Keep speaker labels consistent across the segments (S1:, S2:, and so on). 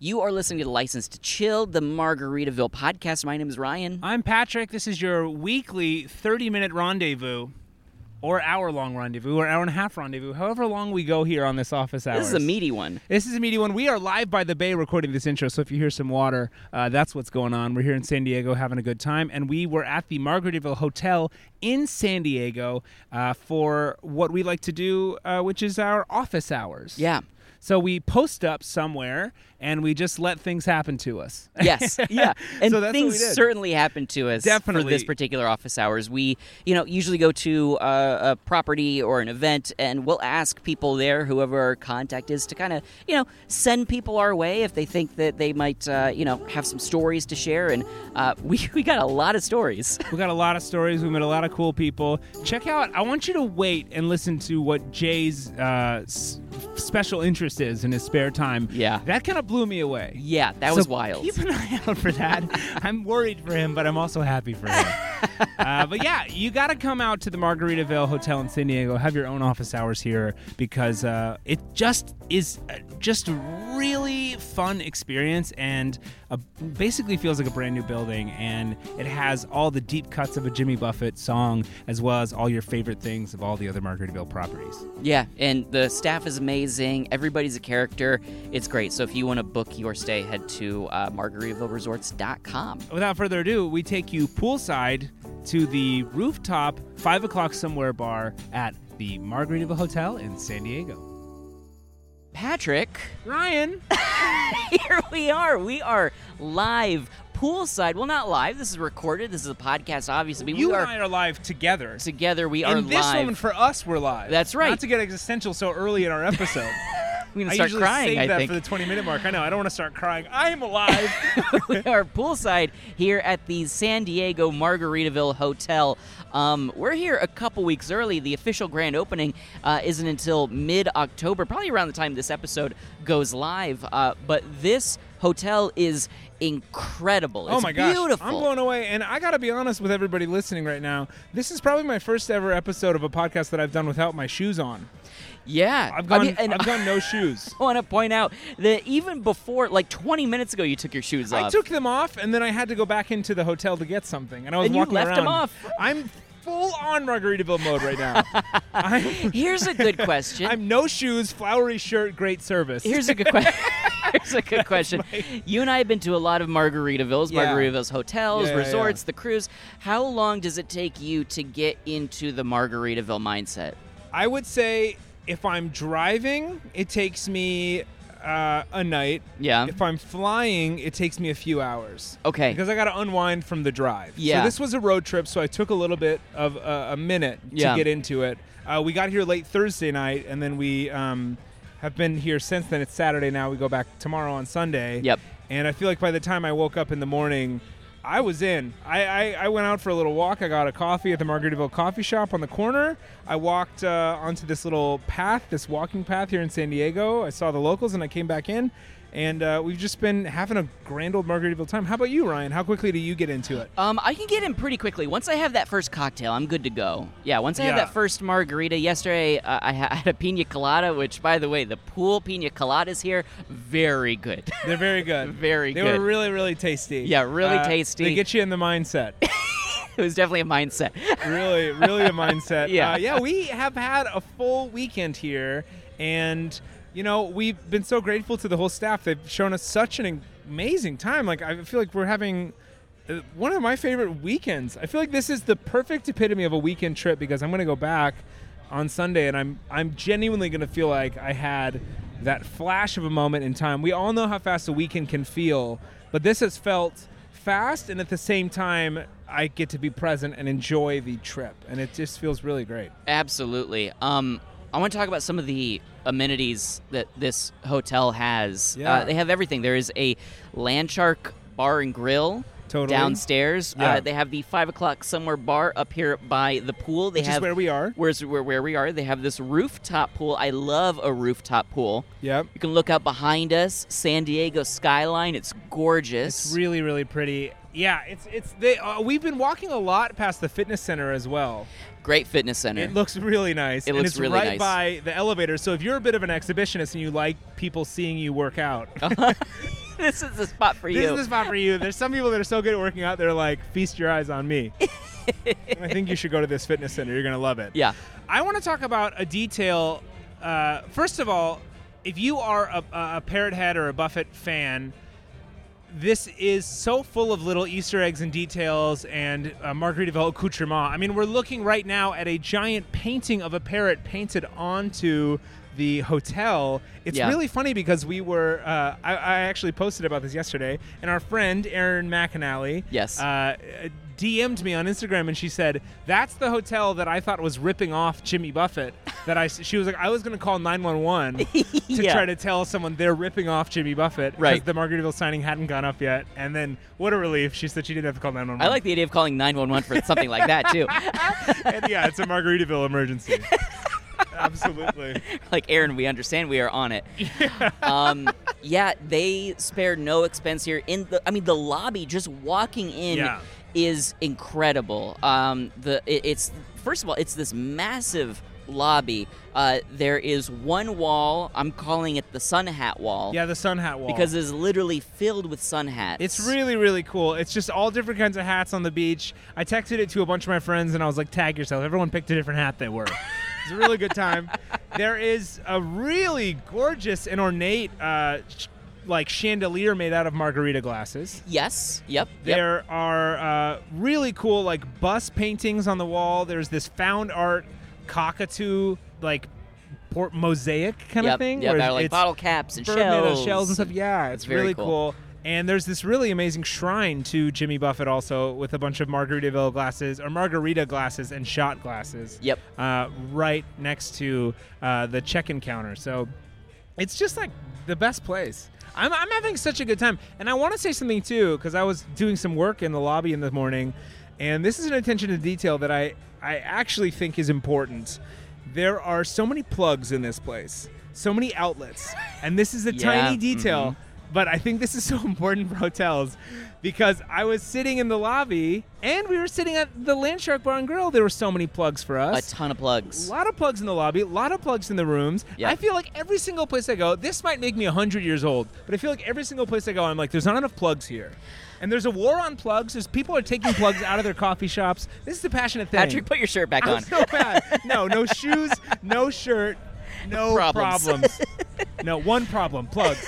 S1: You are listening to the License to Chill, the Margaritaville podcast. My name is Ryan.
S2: I'm Patrick. This is your weekly 30 minute rendezvous, or hour long rendezvous, or hour and a half rendezvous, however long we go here on this office hours.
S1: This is a meaty one.
S2: This is a meaty one. We are live by the bay recording this intro, so if you hear some water, uh, that's what's going on. We're here in San Diego having a good time, and we were at the Margaritaville Hotel in San Diego uh, for what we like to do, uh, which is our office hours.
S1: Yeah.
S2: So we post up somewhere and we just let things happen to us.
S1: Yes. Yeah. And
S2: So that's what
S1: things
S2: we did.
S1: certainly happen to us for
S2: Definitely.
S1: this particular office hours. We, you know, usually go to uh, a property or an event and we'll ask people there, whoever our contact is, to kind of, you know, send people our way if they think that they might, uh, you know, have some stories to share. And uh, we, we got a lot of stories.
S2: We got a lot of stories. We met a lot of cool people. Check out. I want you to wait and listen to what Jay's uh, s- special interest is in his spare time.
S1: Yeah.
S2: that kind of blew me away.
S1: Yeah, that
S2: So
S1: was wild.
S2: Keep an eye out for that. I'm worried for him, but I'm also happy for him. uh, but yeah, you got to come out to the Margaritaville Hotel in San Diego. Have your own office hours here because uh, it just is uh, just a really fun experience and uh basically feels like a brand new building. And it has all the deep cuts of a Jimmy Buffett song as well as all your favorite things of all the other Margaritaville properties.
S1: Yeah, and the staff is amazing. Everybody's a character. It's great. So if you want to book your stay, head to uh, margaritavilleresorts.com.
S2: without further ado, we take you poolside to the rooftop five o'clock somewhere bar at the Margaritaville Hotel in San Diego.
S1: Patrick,
S2: Ryan,
S1: here we are. We are live poolside. Well, not live. This is recorded. This is a podcast, obviously. but
S2: you
S1: we are
S2: and I are live together.
S1: together. We are
S2: and this
S1: live.
S2: one for us, we're live.
S1: That's right.
S2: Not to get existential so early in our episode.
S1: I'm going
S2: I
S1: to start
S2: usually
S1: crying,
S2: save
S1: I
S2: that
S1: think.
S2: for the 20 minute mark. I know. I don't want to start crying. I am alive.
S1: we are poolside here at the San Diego Margaritaville Hotel. Um, we're here a couple weeks early. The official grand opening uh, isn't until mid October, probably around the time this episode goes live. Uh, but this hotel is incredible.
S2: oh
S1: It's
S2: my gosh.
S1: beautiful.
S2: I'm blown away. And I got to be honest with everybody listening right now. This is probably my first ever episode of a podcast that I've done without my shoes on.
S1: yeah,
S2: I've gone,
S1: I mean, and
S2: I've gone no shoes.
S1: I want to point out that even before, like 20 minutes ago, you took your shoes
S2: I
S1: off.
S2: took them off, and then I had to go back into the hotel to get something, and I was
S1: And you
S2: walking
S1: left
S2: around.
S1: them off.
S2: I'm full on Margaritaville mode right now. I'm,
S1: Here's a good question.
S2: I'm no shoes, flowery shirt, great service.
S1: Here's a good question. Here's a good question. You and I have been to a lot of Margaritavilles,
S2: Yeah.
S1: Margaritavilles hotels,
S2: Yeah, yeah,
S1: resorts, the cruise. How long does it take you to get into the Margaritaville mindset?
S2: I would say if I'm driving, it takes me uh, a night.
S1: Yeah.
S2: If I'm flying, it takes me a few hours.
S1: Okay.
S2: Because I got to unwind from the drive.
S1: Yeah.
S2: So this was a road trip, so I took a little bit of uh, a minute to
S1: Yeah.
S2: get into it. Uh, we got here late Thursday night, and then we um, have been here since then. It's Saturday now. We go back tomorrow on Sunday.
S1: Yep.
S2: And I feel like by the time I woke up in the morning, I was in. I, I, I went out for a little walk. I got a coffee at the Margaritaville coffee shop on the corner. I walked uh, onto this little path, this walking path here in San Diego. I saw the locals and I came back in. And uh, we've just been having a grand old Margaritaville time. How about you, Ryan? How quickly do you get into it?
S1: Um, I can get in pretty quickly. Once I have that first cocktail, I'm good to go. Yeah, once I have
S2: Yeah.
S1: that first margarita. Yesterday, uh, I ha- I had a pina colada, which, by the way, the pool pina coladas here, very good.
S2: They're very good.
S1: Very
S2: they
S1: good.
S2: were really, really tasty. Uh,
S1: Yeah, really tasty.
S2: They get you in the mindset.
S1: it was definitely a mindset.
S2: really, really a mindset.
S1: Yeah.
S2: Uh, yeah, we have had a full weekend here, and you know we've been so grateful to the whole staff. They've shown us such an amazing time. Like I feel like we're having uh, one of my favorite weekends. I feel like this is the perfect epitome of a weekend trip because I'm going to go back on Sunday, and I'm I'm genuinely going to feel like I had that flash of a moment in time. We all know how fast a weekend can feel, but this has felt fast and at the same time I get to be present and enjoy the trip and it just feels really great.
S1: Absolutely. Um, I want to talk about some of the amenities that this hotel has.
S2: Yeah.
S1: Uh, they have everything. There is a Landshark bar and grill
S2: Totally.
S1: downstairs. Uh,
S2: Yeah.
S1: they have the five o'clock somewhere bar up here by the pool. They
S2: Which
S1: have
S2: is where we are.
S1: where's where, where we are. They have this rooftop pool. I love a rooftop pool.
S2: Yep.
S1: You can look out behind us, San Diego skyline. It's gorgeous.
S2: It's really really pretty. Yeah, it's it's they uh, we've been walking a lot past the fitness center as well.
S1: Great fitness center.
S2: It looks really nice.
S1: It
S2: and
S1: looks
S2: it's
S1: really nice. Oh,
S2: right by the elevator. So if you're a bit of an exhibitionist and you like people seeing you work out,
S1: this is the spot for
S2: This
S1: you.
S2: is the spot for you. There's some people that are so good at working out, they're like, feast your eyes on me. I think you should go to this fitness center. You're going to love it.
S1: yeah.
S2: I want to talk about a detail. Uh, first of all, if you are a, a Parrot Head or a Buffett fan, this is so full of little Easter eggs and details and uh, Margaritaville accoutrement. I mean, we're looking right now at a giant painting of a parrot painted onto the hotel. It's
S1: Yeah.
S2: really funny because we were, uh, I, I actually posted about this yesterday, and our friend Erin McAnally
S1: Yes.
S2: uh, DM'd me on Instagram and she said, "That's the hotel that I thought was ripping off Jimmy Buffett." That I she was like, "I was going to call 911 to
S1: Yeah.
S2: try to tell someone they're ripping off Jimmy Buffett because
S1: Right.
S2: the Margaritaville signing hadn't gone up yet." And then what a relief! She said she didn't have to call 911.
S1: I like the idea of calling 911 for something like that too.
S2: and yeah, it's a Margaritaville emergency. Absolutely.
S1: like Aaron, we understand we are on it. Um, yeah, they spared no expense here. In the, I mean, the lobby, just walking in
S2: Yeah.
S1: is incredible. Um, the it, it's first of all, it's this massive lobby. Uh, there is one wall. I'm calling it the sun hat wall
S2: Yeah, the sun hat wall.
S1: because it is literally filled with sun hats.
S2: It's really, really cool. It's just all different kinds of hats on the beach. I texted it to a bunch of my friends and I was like, tag yourself. Everyone picked a different hat they wore. it's a really good time. There is a really gorgeous and ornate, uh, sh- like, chandelier made out of margarita glasses.
S1: yes. Yep. yep.
S2: There are uh, really cool, like, bus paintings on the wall. There's this found art cockatoo, like, port mosaic kind
S1: yep.
S2: of thing.
S1: Yeah,
S2: where
S1: they're like
S2: it's-
S1: bottle caps and
S2: Birdman and
S1: shells.
S2: shells and stuff. Yeah, it's,
S1: very
S2: really
S1: cool.
S2: cool. And there's this really amazing shrine to Jimmy Buffett also with a bunch of Margaritaville glasses or margarita glasses and shot glasses.
S1: Yep.
S2: Uh, right next to uh, the check-in counter. So it's just like the best place. I'm, I'm having such a good time. And I want to say something too, because I was doing some work in the lobby in the morning, and this is an attention to detail that I, I actually think is important. There are so many plugs in this place, so many outlets. And this is a
S1: Yeah,
S2: tiny detail, but I think this is so important for hotels because I was sitting in the lobby and we were sitting at the Land Shark Bar and Grill. There were so many plugs for
S1: A
S2: us.
S1: ton of plugs.
S2: A lot of plugs in the lobby, a lot of plugs in the rooms.
S1: Yeah.
S2: I feel like every single place I go, this might make me 100 years old, but I feel like every single place I go, I'm like, there's not enough plugs here. And there's a war on plugs. There's people are taking plugs out of their coffee shops. This is the passionate thing.
S1: Patrick, put your shirt back
S2: I'm
S1: on.
S2: so bad. No, no shoes, no shirt, no
S1: Problems.
S2: problems. no, one problem, plugs.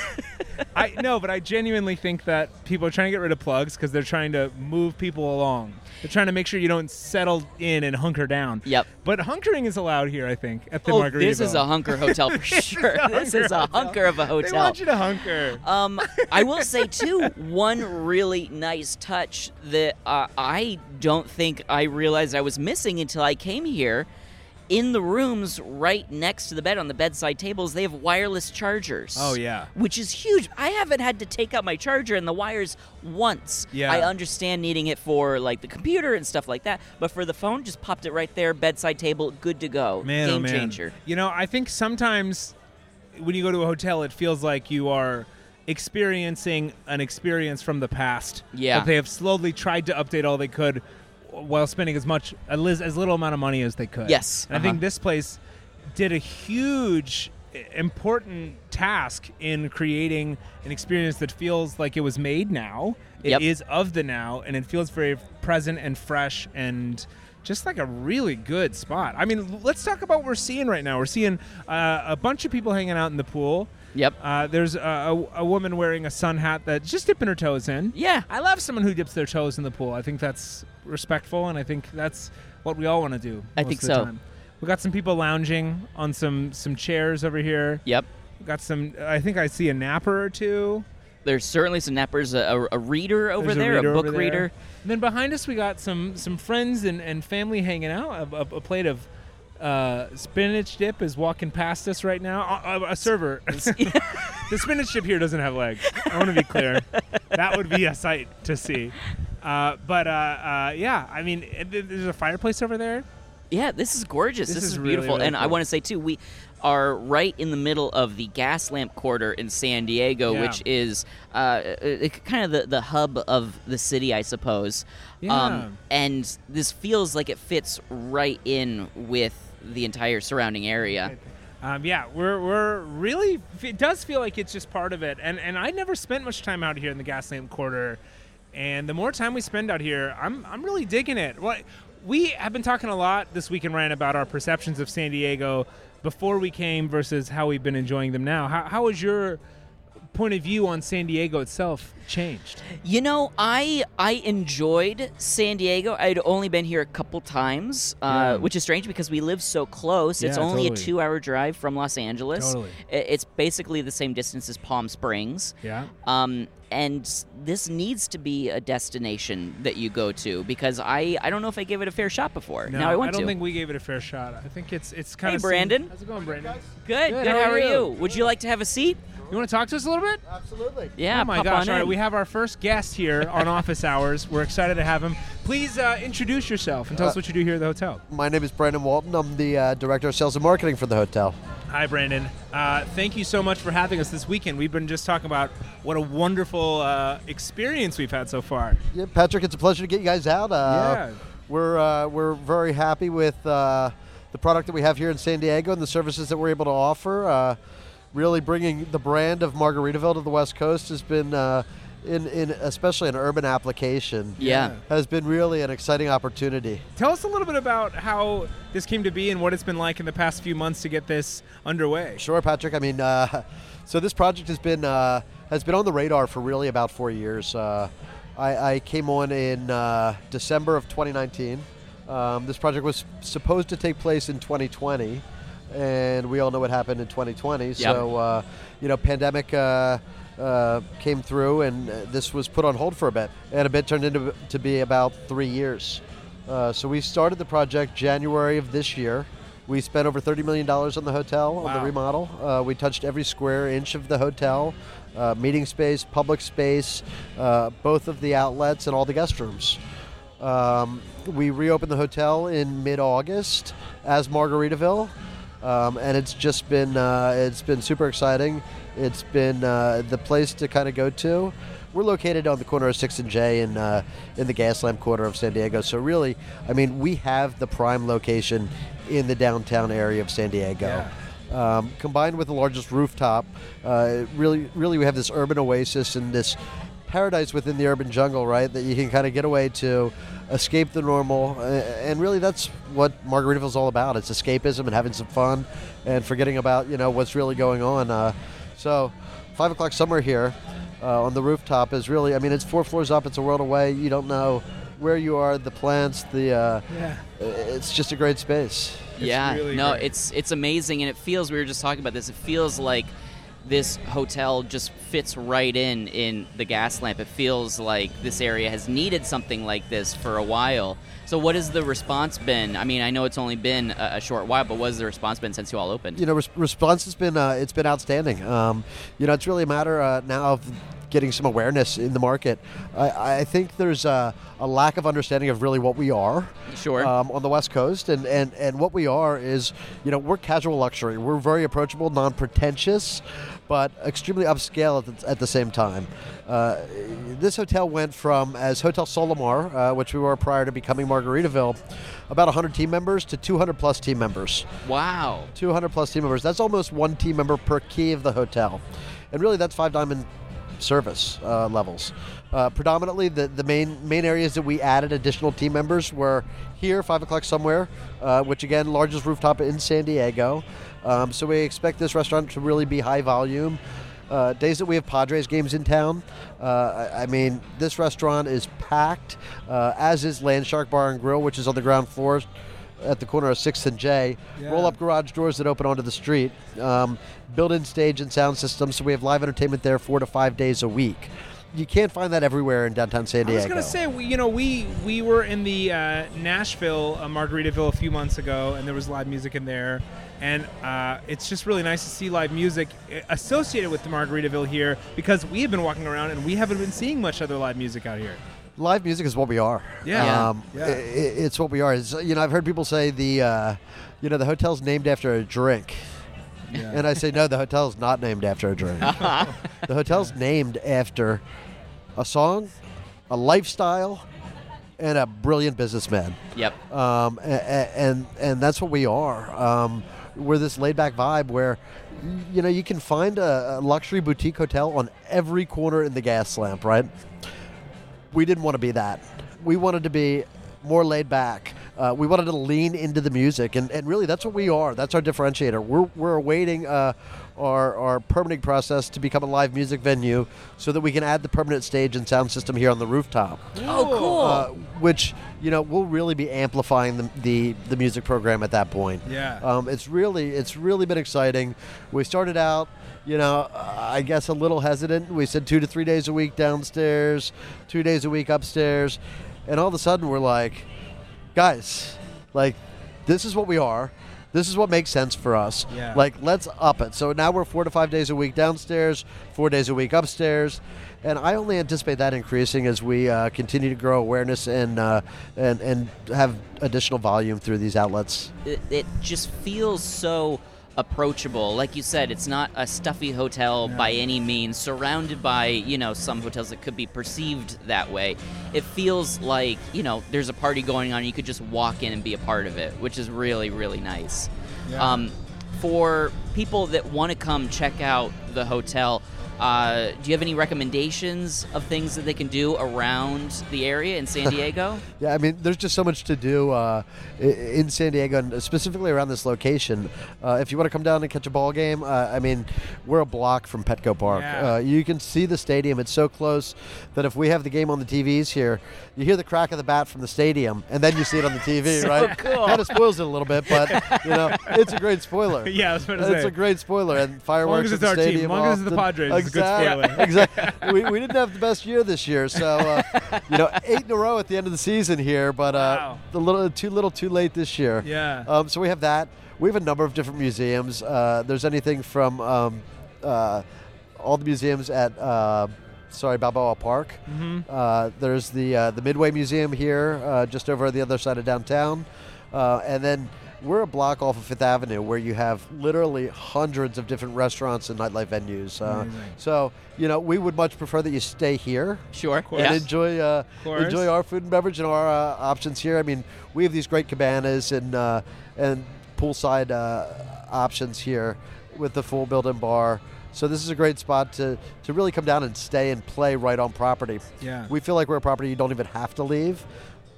S2: I no, but I genuinely think that people are trying to get rid of plugs because they're trying to move people along. They're trying to make sure you don't settle in and hunker down.
S1: Yep.
S2: But hunkering is allowed here, I think, at the
S1: oh,
S2: Margaritaville.
S1: this is a hunker hotel for sure. this is a hunker of a
S2: They
S1: hotel.
S2: want you to hunker.
S1: Um, I will say too, one really nice touch that uh, I don't think I realized I was missing until I came here. In the rooms right next to the bed on the bedside tables, they have wireless chargers.
S2: Oh, yeah.
S1: which is huge. I haven't had to take out my charger and the wires once.
S2: Yeah.
S1: I understand needing it for like the computer and stuff like that, but for the phone, just popped it right there, bedside table, good to go.
S2: man,
S1: Game
S2: oh, man.
S1: changer.
S2: You know, I think sometimes when you go to a hotel, it feels like you are experiencing an experience from the past.
S1: Yeah.
S2: that they have slowly tried to update all they could, while spending as much as lis- as little amount of money as they could.
S1: Yes,
S2: And I
S1: uh-huh.
S2: think this place did a huge i- important task in creating an experience that feels like it was made now It is
S1: Yep.
S2: of the now and it feels very present and fresh and just like a really good spot i mean l- let's talk about what we're seeing right now we're seeing uh, a bunch of people hanging out in the pool
S1: Yep.
S2: uh, there's a, a, a woman wearing a sun hat that's just dipping her toes in
S1: Yeah.
S2: i love someone who dips their toes in the pool i think that's respectful and i think that's what we all want to do
S1: I
S2: most
S1: think
S2: of the
S1: so.
S2: time. we got some people lounging on some some chairs over here
S1: Yep.
S2: got some i think i see a napper or two
S1: There's certainly some nappers, a, a- a reader over
S2: There's
S1: there,
S2: reader
S1: a book
S2: over there.
S1: reader.
S2: And then behind us, we got some some friends and, and family hanging out. A, a, a plate of uh, spinach dip is walking past us right now. A, a- a server. the spinach dip here doesn't have legs. I want to be clear. that would be a sight to see. Uh, but uh, uh, yeah, I mean, it- it- there's a fireplace over there.
S1: Yeah, this is gorgeous. This,
S2: This
S1: is,
S2: is really,
S1: beautiful.
S2: really
S1: and I
S2: cool.
S1: want to say, too, we are right in the middle of the gas lamp quarter in San Diego,
S2: Yeah.
S1: which is uh, uh, uh, kind of the, the hub of the city, I suppose. Um,
S2: Yeah.
S1: and this feels like it fits right in with the entire surrounding area.
S2: um, yeah, we're, we're really, it does feel like it's just part of it. And, and I never spent much time out here in the Gaslamp Quarter. And the more time we spend out here, I'm, I'm really digging it. What, we have been talking a lot this week and Ryan about our perceptions of San Diego before we came versus how we've been enjoying them now. How, how has your point of view on San Diego itself changed?
S1: You know, I I enjoyed San Diego. I'd only been here a couple times, uh,
S2: Yeah.
S1: which is strange because we live so close. it's
S2: Yeah,
S1: only a
S2: totally.
S1: two-hour drive from Los Angeles.
S2: Totally.
S1: I- It's basically the same distance as Palm Springs.
S2: Yeah.
S1: Um, and this needs to be a destination that you go to because I, I don't know if I gave it a fair shot before.
S2: No,
S1: now I want
S2: don't
S1: to.
S2: think we gave it a fair shot. I think it's it's kind
S1: Hey,
S2: of
S1: Brandon.
S2: How's it going, Brandon?
S1: good, good. How, are you? Would you like to have a seat?
S2: You want to talk to us a little bit?
S3: Absolutely.
S1: Yeah.
S2: oh my
S1: pop
S2: gosh!
S1: on
S2: All right,
S1: in.
S2: we have our first guest here on Office Hours. We're excited to have him. Please uh, introduce yourself and tell us what you do here at the hotel.
S3: My name is Brandon Walton. I'm the uh, director of sales and marketing for the hotel.
S2: Hi, Brandon. Uh, thank you so much for having us this weekend. We've been just talking about what a wonderful uh, experience we've had so far.
S3: Yeah, Patrick, it's a pleasure to get you guys out. Uh,
S2: Yeah.
S3: We're uh, we're very happy with uh, the product that we have here in San Diego and the services that we're able to offer. Uh, really bringing the brand of Margaritaville to the West Coast has been. Uh, in, in especially an urban application
S1: Yeah.
S3: has been really an exciting opportunity
S2: Tell us a little bit about how this came to be and what it's been like in the past few months to get this underway.
S3: Sure, Patrick. I mean, uh, so this project has been uh, has been on the radar for really about four years. Uh, I, I came on in uh, December of 2019. Um, this project was supposed to take place in 2020, and we all know what happened in 2020. So, uh, you know, pandemic. Uh, uh, came through and uh, this was put on hold for a bit and a bit turned into to be about three years uh, so we started the project january of this year we spent over $30 million on the hotel on the
S2: Wow.
S3: remodel model. Uh, we touched every square inch of the hotel, uh, meeting space, public space, uh, both of the outlets, and all the guest rooms. Um, we reopened the hotel in mid-August as Margaritaville, um, and it's just been uh, it's been super exciting. It's been uh, the place to kind of go to. We're located on the corner of Six and J in uh, in the Gaslamp quarter of San Diego. So really, I mean, we have the prime location in the downtown area of San Diego
S2: Yeah.
S3: um, combined with the largest rooftop, uh, really, really, we have this urban oasis and this paradise within the urban jungle, right? That you can kind of get away to, escape the normal, uh, and really, that's what Margaritaville's all about. It's escapism and having some fun, and forgetting about you know what's really going on. Uh, so, five o'clock somewhere here uh, on the rooftop is really, I mean, it's four floors up. It's a world away. You don't know where you are, the plants, the. Uh,
S2: Yeah.
S3: It's just a great space.
S1: yeah
S2: really
S1: no
S2: great.
S1: it's it's amazing and it feels we were just talking about this it feels like this hotel just fits right in in the gas lamp it feels like this area has needed something like this for a while so what has the response been i mean i know it's only been a, a short while but what has the response been since you all opened
S3: you know, res- response has been uh, it's been outstanding. Um, you know, it's really a matter uh, now of getting some awareness in the market. I, I think there's a, a lack of understanding of really what we are.
S1: Sure.
S3: Um, on the West Coast, and, and and what we are is, you know, we're casual luxury. We're very approachable, non-pretentious, but extremely upscale at the, at the same time. Uh, this hotel went from as Hotel Solomar, uh, which we were prior to becoming Margaritaville, about 100 team members to 200 plus team members.
S1: wow
S3: 200 plus team members. That's almost one team member per key of the hotel. And really, that's five diamond service uh, levels. Uh, predominantly, the, the main main areas that we added additional team members were here, 5 o'clock somewhere, uh, which again, largest rooftop in San Diego. Um, so we expect this restaurant to really be high volume. Uh, days that we have Padres games in town, uh, I I mean, this restaurant is packed, uh, as is Landshark Bar and Grill, which is on the ground floor at the corner of 6th and J. Roll
S2: Yeah.
S3: up garage doors that open onto the street, um, built-in stage and sound system, so we have live entertainment there four to five days a week. You can't find that everywhere in downtown San
S2: I
S3: Diego.
S2: was gonna say, we, you know, we we were in the uh, Nashville uh, Margaritaville a few months ago, and there was live music in there, and uh, it's just really nice to see live music uh, associated with the Margaritaville here because we have been walking around and we haven't been seeing much other live music out here.
S3: live music is what we are.
S2: Yeah.
S3: um,
S2: Yeah.
S3: i- i- it's what we are. It's, you know, I've heard people say the, uh, you know, the hotel's named after a drink, and I say no, the hotel's not named after a drink. the hotel's named after a song, a lifestyle, and a brilliant businessman.
S1: yep
S3: um, a- a- and and that's what we are. Um, we're this laid back vibe where, you know, you can find a, a luxury boutique hotel on every corner in the gas lamp, right? We didn't want to be that. We wanted to be more laid back. Uh, we wanted to lean into the music, and, and really that's what we are. That's our differentiator. We're, we're awaiting uh, our, our permitting process to become a live music venue so that we can add the permanent stage and sound system here on the rooftop
S1: Oh, cool.
S3: uh, which you know we'll really be amplifying the, the the music program at that point.
S2: Yeah.
S3: um, it's really it's really been exciting. We started out, you know, uh, I guess a little hesitant. We said two to three days a week downstairs, two days a week upstairs, and all of a sudden we're like, guys, like this is what we are. This is what makes sense for us.
S2: Yeah.
S3: Like let's up it. So now we're four to five days a week downstairs, four days a week upstairs, and I only anticipate that increasing as we uh, continue to grow awareness and uh, and and have additional volume through these outlets.
S1: it, it just feels so approachable like you said it's not a stuffy hotel by any means surrounded by you know some hotels that could be perceived that way it feels like you know there's a party going on and you could just walk in and be a part of it which is really really nice
S2: Yeah.
S1: um, for people that want to come check out the hotel uh, do you have any recommendations of things that they can do around the area in san diego
S3: Yeah, I mean, there's just so much to do uh, i- in San Diego, and specifically around this location. Uh, if you want to come down and catch a ball game, uh, I mean, we're a block from Petco Park.
S2: Yeah.
S3: Uh, you can see the stadium; it's so close that if we have the game on the TVs here, you hear the crack of the bat from the stadium, and then you see it on the TV. right?
S1: cool.
S3: Kind of spoils it a little bit, but you know, it's a great spoiler.
S2: Yeah, I was about to
S3: it's
S2: say.
S3: a great spoiler, and fireworks
S2: as it's
S3: at
S2: our
S3: the
S2: team,
S3: stadium.
S2: as long as it's the
S3: often-
S2: Padres, it's a good
S3: Exact-
S2: spoiler.
S3: exactly. We, we didn't have the best year this year, so uh, you know, eight in a row at the end of the season here, but uh,
S2: Wow.
S3: the little too little, too late this year.
S2: Yeah.
S3: Um, so we have that. We have a number of different museums. Uh, there's anything from um, uh, all the museums at. Uh, Sorry, Balboa Park. Uh, there's the uh, the Midway Museum here, uh, just over the other side of downtown, uh, and then we're a block off of Fifth Avenue, where you have literally hundreds of different restaurants and nightlife venues. Uh, so you know, we would much prefer that you stay here
S1: sure
S2: course.
S1: yeah.
S3: and enjoy uh,
S2: course.
S3: enjoy our food and beverage and our uh, options here. I mean, we have these great cabanas and uh, and poolside uh, options here with the full built-in bar. So this is a great spot to, to really come down and stay and play right on property.
S2: Yeah.
S3: we feel like we're a property you don't even have to leave,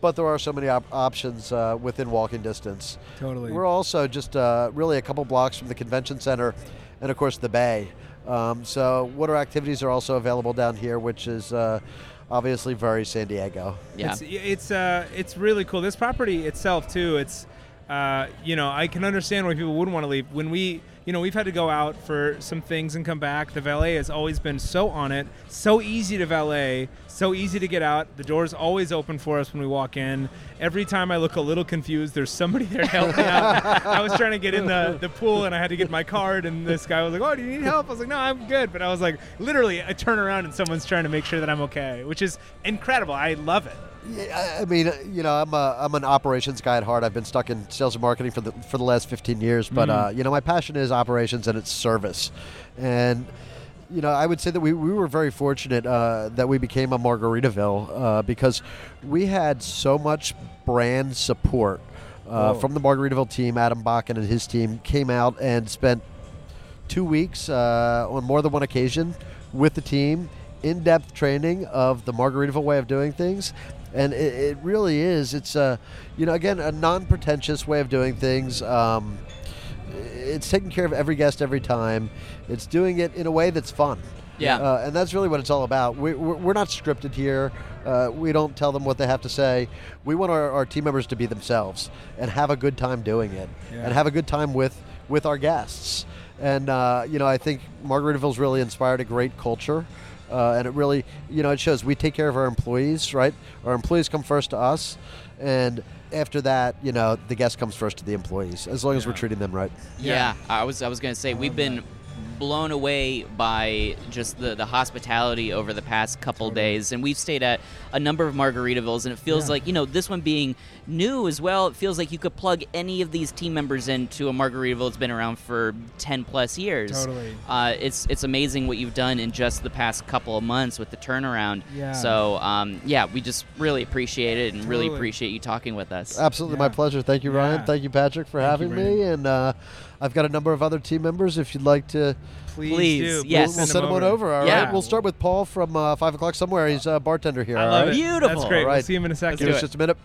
S3: but there are so many op- options uh, within walking distance.
S2: Totally.
S3: We're also just uh, really a couple blocks from the convention center, and of course the bay. Um, so water activities are also available down here, which is uh, obviously very San Diego.
S1: yeah
S2: It's it's uh it's really cool. This property itself too. It's uh you know I can understand why people wouldn't want to leave. When we you know we've had to go out for some things and come back. The valet has always been so on it, so easy to valet, so easy to get out. The door's always open for us when we walk in. Every time I look a little confused, there's somebody there to help me out. I was trying to get in the the pool and I had to get my card, and this guy was like, "Oh, do you need help?" I was like, "No, I'm good." But I was like, literally, I turn around and someone's trying to make sure that I'm okay, which is incredible. I love it.
S3: Yeah, I I mean, uh, you know, I'm a, I'm an operations guy at heart. I've been stuck in sales and marketing for the for the last 15 years, but uh, you know, my passion is operations and it's service, and. You know, I would say that we, we were very fortunate uh, that we became a Margaritaville uh, because we had so much brand support
S2: Whoa.
S3: uh, from the Margaritaville team. Adam Bakken and his team came out and spent two weeks uh, on more than one occasion with the team, in depth training of the Margaritaville way of doing things. And it, it really is. It's a, you know, again, a non pretentious way of doing things. Um, it's taking care of every guest every time. It's doing it in a way that's fun.
S1: Yeah.
S3: Uh, and that's really what it's all about. We, we're, we're not scripted here. Uh, we don't tell them what they have to say. We want our, our team members to be themselves and have a good time doing it
S2: Yeah.
S3: and have a good time with, with our guests. And, uh, you know, I think Margaritaville's really inspired a great culture. Uh, and it really, you know, it shows we take care of our employees, right? Our employees come first to us. And after that, you know, the guest comes first to the employees, as long as we're treating them right.
S1: Yeah, I was I was gonna say we've been blown away by just the, the hospitality over the past couple days. And we've stayed at a number of Margaritavilles, and it feels like, you know, this one being new as well, it feels like you could plug any of these team members into a Margaritaville that's been around for 10 plus years.
S2: Totally.
S1: Uh, it's, it's amazing what you've done in just the past couple of months with the turnaround.
S2: Yeah.
S1: So, um, yeah, we just really appreciate it and really
S2: Totally.
S1: appreciate you talking with us.
S3: Absolutely,
S2: Yeah.
S3: my pleasure. Thank you, Ryan.
S2: Yeah.
S3: Thank you, Patrick, for
S2: Thank you,
S3: having me. And uh, I've got a number of other team members. If you'd like to,
S2: Please,
S1: Please,
S2: do.
S1: yes.
S3: we'll, we'll send them on over. All right.
S1: Yeah.
S3: We'll start with Paul from uh, five o'clock somewhere. He's a bartender here.
S2: I
S3: all
S2: love
S3: right?
S2: it.
S1: Beautiful.
S2: That's great.
S3: All
S2: We'll
S3: right.
S2: see him in a second.
S3: Give us just a minute.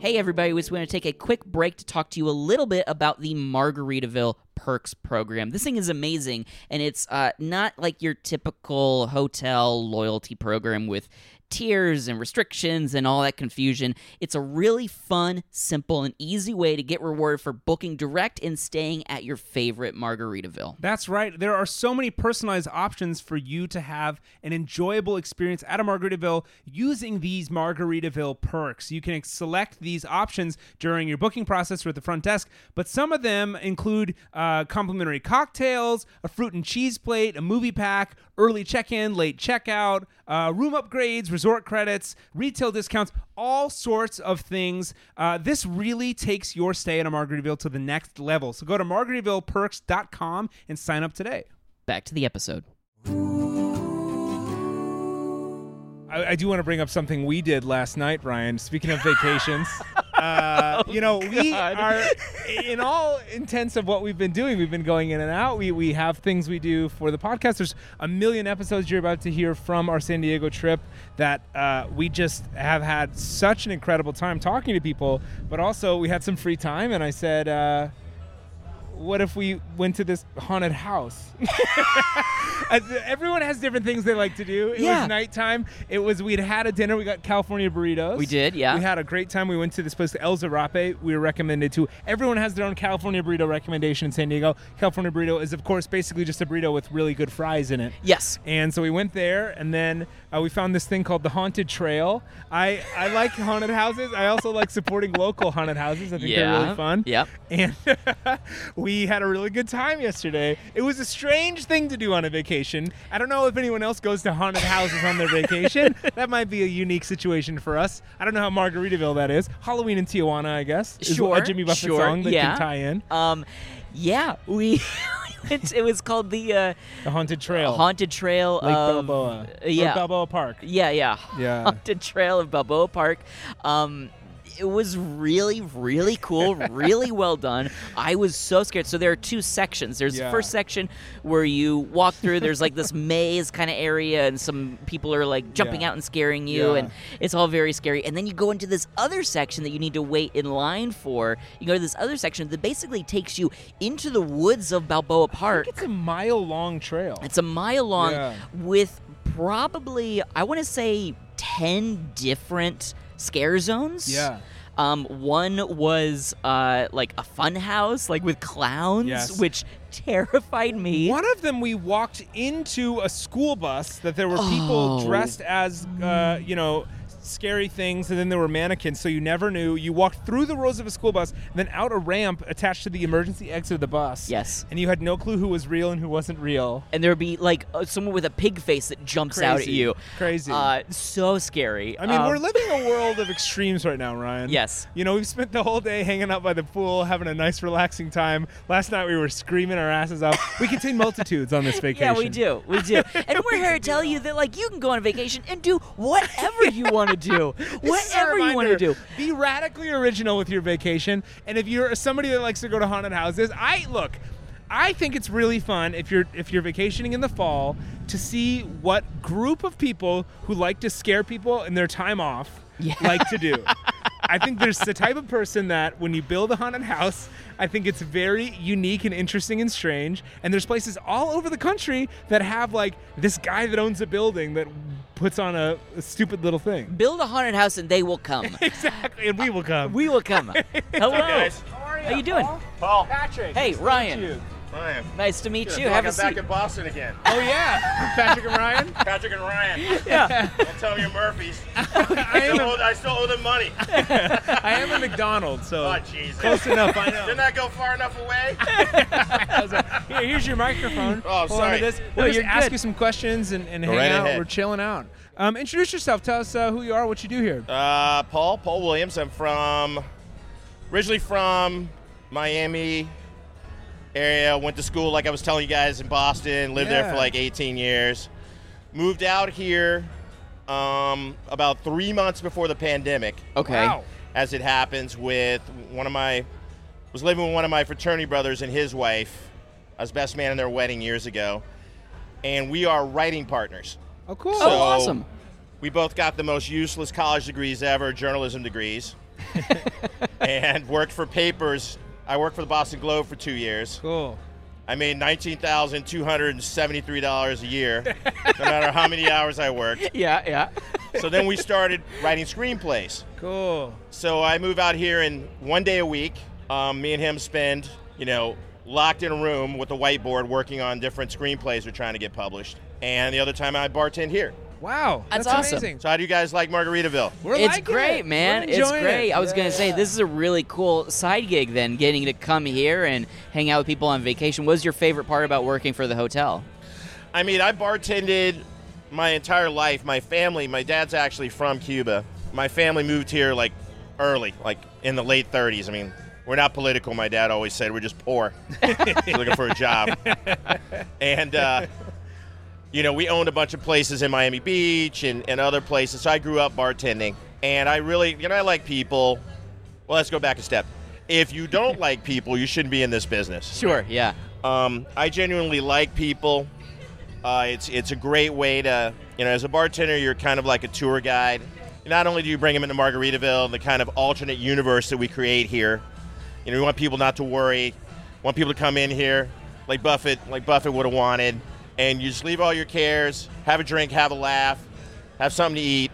S1: Hey, everybody, we just want to take a quick break to talk to you a little bit about the Margaritaville Perks program. This thing is amazing, and it's uh, not like your typical hotel loyalty program with tiers and restrictions and all that confusion. It's a really fun, simple, and easy way to get rewarded for booking direct and staying at your favorite Margaritaville.
S4: That's right. There are so many personalized options for you to have an enjoyable experience at a Margaritaville using these Margaritaville perks. You can select these options during your booking process or at the front desk, but some of them include uh, complimentary cocktails, a fruit and cheese plate, a movie pack, early check in, late checkout, uh, room upgrades, resort credits, retail discounts, all sorts of things. Uh, this really takes your stay at a Margaritaville to the next level. So go to margaritavillepperks.com and sign up today.
S1: Back to the episode.
S2: I, I do want to bring up something we did last night, Ryan. Speaking of vacations, uh,
S1: Oh,
S2: you know, we are, in all intents of what we've been doing, we've been going in and out. We, we have things we do for the podcast. There's a million episodes you're about to hear from our San Diego trip that uh, we just have had such an incredible time talking to people, but also we had some free time, and I said, uh, what if we went to this haunted house? Uh, th- Everyone has different things they like to do. It
S1: Yeah.
S2: was nighttime. It was we'd had a dinner. We got California burritos.
S1: We did, yeah.
S2: We had a great time. We went to this place, El Zarape. We were recommended to. Everyone has their own California burrito recommendation in San Diego. California burrito is, of course, basically just a burrito with really good fries in it.
S1: Yes.
S2: And so we went there, and then uh, we found this thing called the Haunted Trail. I, I like haunted houses. I also like supporting local haunted houses. I think they're
S1: Yeah.
S2: really fun.
S1: Yep.
S2: And we had a really good time yesterday. It was a strange thing to do on a vacation. I don't know if anyone else goes to haunted houses on their vacation. That might be a unique situation for us. I don't know how Margaritaville that is. Halloween in Tijuana, I guess. Is
S1: Sure,
S2: a Jimmy Buffett
S1: sure,
S2: song that
S1: yeah.
S2: can tie in.
S1: Um, yeah, we. it, it was called the uh,
S2: The Haunted Trail.
S1: Haunted Trail
S2: Oh. Lake
S1: of
S2: Balboa.
S1: uh, yeah,
S2: Or Balboa Park.
S1: Yeah, yeah.
S2: Yeah.
S1: Haunted Trail of Balboa Park. Um, it was really, really cool, really well done. I was so scared. So there are two sections. There's the
S2: Yeah.
S1: first section where you walk through. There's like this maze kind of area, and some people are like jumping
S2: Yeah.
S1: out and scaring you,
S2: Yeah.
S1: and it's all very scary. And then you go into this other section that you need to wait in line for. You go to this other section that basically takes you into the woods of Balboa Park.
S2: It's a mile long trail.
S1: It's a mile long
S2: Yeah.
S1: with probably, I want to say, 10 different scare zones.
S2: Yeah.
S1: Um, one was uh, like a fun house, like with clowns,
S2: Yes.
S1: which terrified me.
S2: One of them, we walked into a school bus that there were people
S1: Oh.
S2: dressed as, uh, you know, scary things, and then there were mannequins, so you never knew. You walked through the rows of a school bus, and then out a ramp attached to the emergency exit of the bus.
S1: Yes.
S2: And you had no clue who was real and who wasn't real.
S1: And there'd be like uh, someone with a pig face that jumps out at
S2: Crazy.
S1: you.
S2: Crazy.
S1: Uh, so scary.
S2: I mean,
S1: Um,
S2: we're living a world of extremes right now, Ryan.
S1: Yes.
S2: You know, we've spent the whole day hanging out by the pool, having a nice, relaxing time. Last night we were screaming our asses off. We contain multitudes on this vacation.
S1: Yeah, we do. We do. And we're here to tell you that, like, you can go on vacation and do whatever you want to do.
S2: This is a
S1: whatever you want to
S2: reminder.
S1: do.
S2: Be radically original with your vacation. And if you're somebody that likes to go to haunted houses, I look. I think it's really fun if you're if you're vacationing in the fall to see what group of people who like to scare people in their time off like to do. I think there's the type of person that when you build a haunted house, I think it's very unique and interesting and strange. And there's places all over the country that have like this guy that owns a building that puts on a, a stupid little thing.
S1: Build a haunted house and they will come.
S2: Exactly, and we will come.
S1: We will come. Hello.
S2: guys.
S1: How you doing?
S2: Paul. Patrick.
S1: Hey,
S2: nice to
S1: Ryan.
S2: meet you.
S5: Ryan.
S1: Nice to meet
S5: Good. I
S1: you.
S5: feel
S1: Have
S5: like
S1: a
S5: I'm back
S1: seat.
S5: in Boston again.
S4: Oh yeah,
S2: Patrick and Ryan.
S5: Patrick and Ryan.
S1: Yeah.
S5: Don't tell your Murphys. I, still owe, I still owe them money.
S2: I am a McDonald's, so
S5: Oh, Jesus.
S2: close enough. I know.
S5: Didn't I go far enough away?
S2: I was like, Here, here's your microphone.
S5: Oh,
S2: Hold on to
S5: sorry.
S2: this.
S1: No,
S2: We'll just
S1: you're
S2: ask
S1: good.
S2: you some questions and, and
S5: Go
S2: hang
S5: right
S2: out.
S5: ahead.
S2: We're chilling out. Um, introduce yourself. Tell us uh, who you are, what you do here.
S5: Uh, Paul, Paul Williams. I'm from, originally from Miami area. Went to school, like I was telling you guys, in Boston. Lived there
S2: Yeah.
S5: for like 18 years. Moved out here um, about three months before the pandemic,
S1: Okay.
S2: Wow.
S5: as it happens. With one of my, was living with one of my fraternity brothers and his wife. I was best man in their wedding years ago, and we are writing partners.
S2: Oh, cool.
S1: Oh, awesome.
S5: We both got the most useless college degrees ever, journalism degrees, and worked for papers. I worked for the Boston Globe for two years.
S2: Cool.
S5: I made nineteen thousand two hundred and seventy-three dollars a year, no matter how many hours I worked.
S1: Yeah, yeah.
S5: So then we started writing screenplays.
S2: Cool.
S5: So I move out here, and one day a week, um, me and him spend, you know, locked in a room with a whiteboard working on different screenplays we're trying to get published. And the other time I bartend here.
S2: Wow.
S1: That's
S2: That's,
S1: awesome.
S2: amazing.
S5: So how do you guys like Margaritaville?
S2: We're
S1: it's
S2: liking
S1: great,
S2: it.
S1: man.
S2: We're
S1: It's
S2: enjoying
S1: great.
S2: It.
S1: I was gonna say this is a really cool side gig. Then getting to come here and hang out with people on vacation. What was your favorite part about working for the hotel?
S5: I mean, I bartended my entire life. My family, my dad's actually from Cuba. My family moved here like early, like in the late 30s. I mean, we're not political. My dad always said we're just poor, We're looking for a job. And uh, you know, we owned a bunch of places in Miami Beach and, and other places. So I grew up bartending, and I really, you know, I like people. Well, let's go back a step. If you don't like people, you shouldn't be in this business.
S1: Sure. Yeah.
S5: Um, I genuinely like people. Uh, it's it's a great way to you know as a bartender you're kind of like a tour guide. Not only do you bring them into Margaritaville, the kind of alternate universe that we create here. You know we want people not to worry, want people to come in here like Buffett like Buffett would have wanted, and you just leave all your cares, have a drink, have a laugh, have something to eat,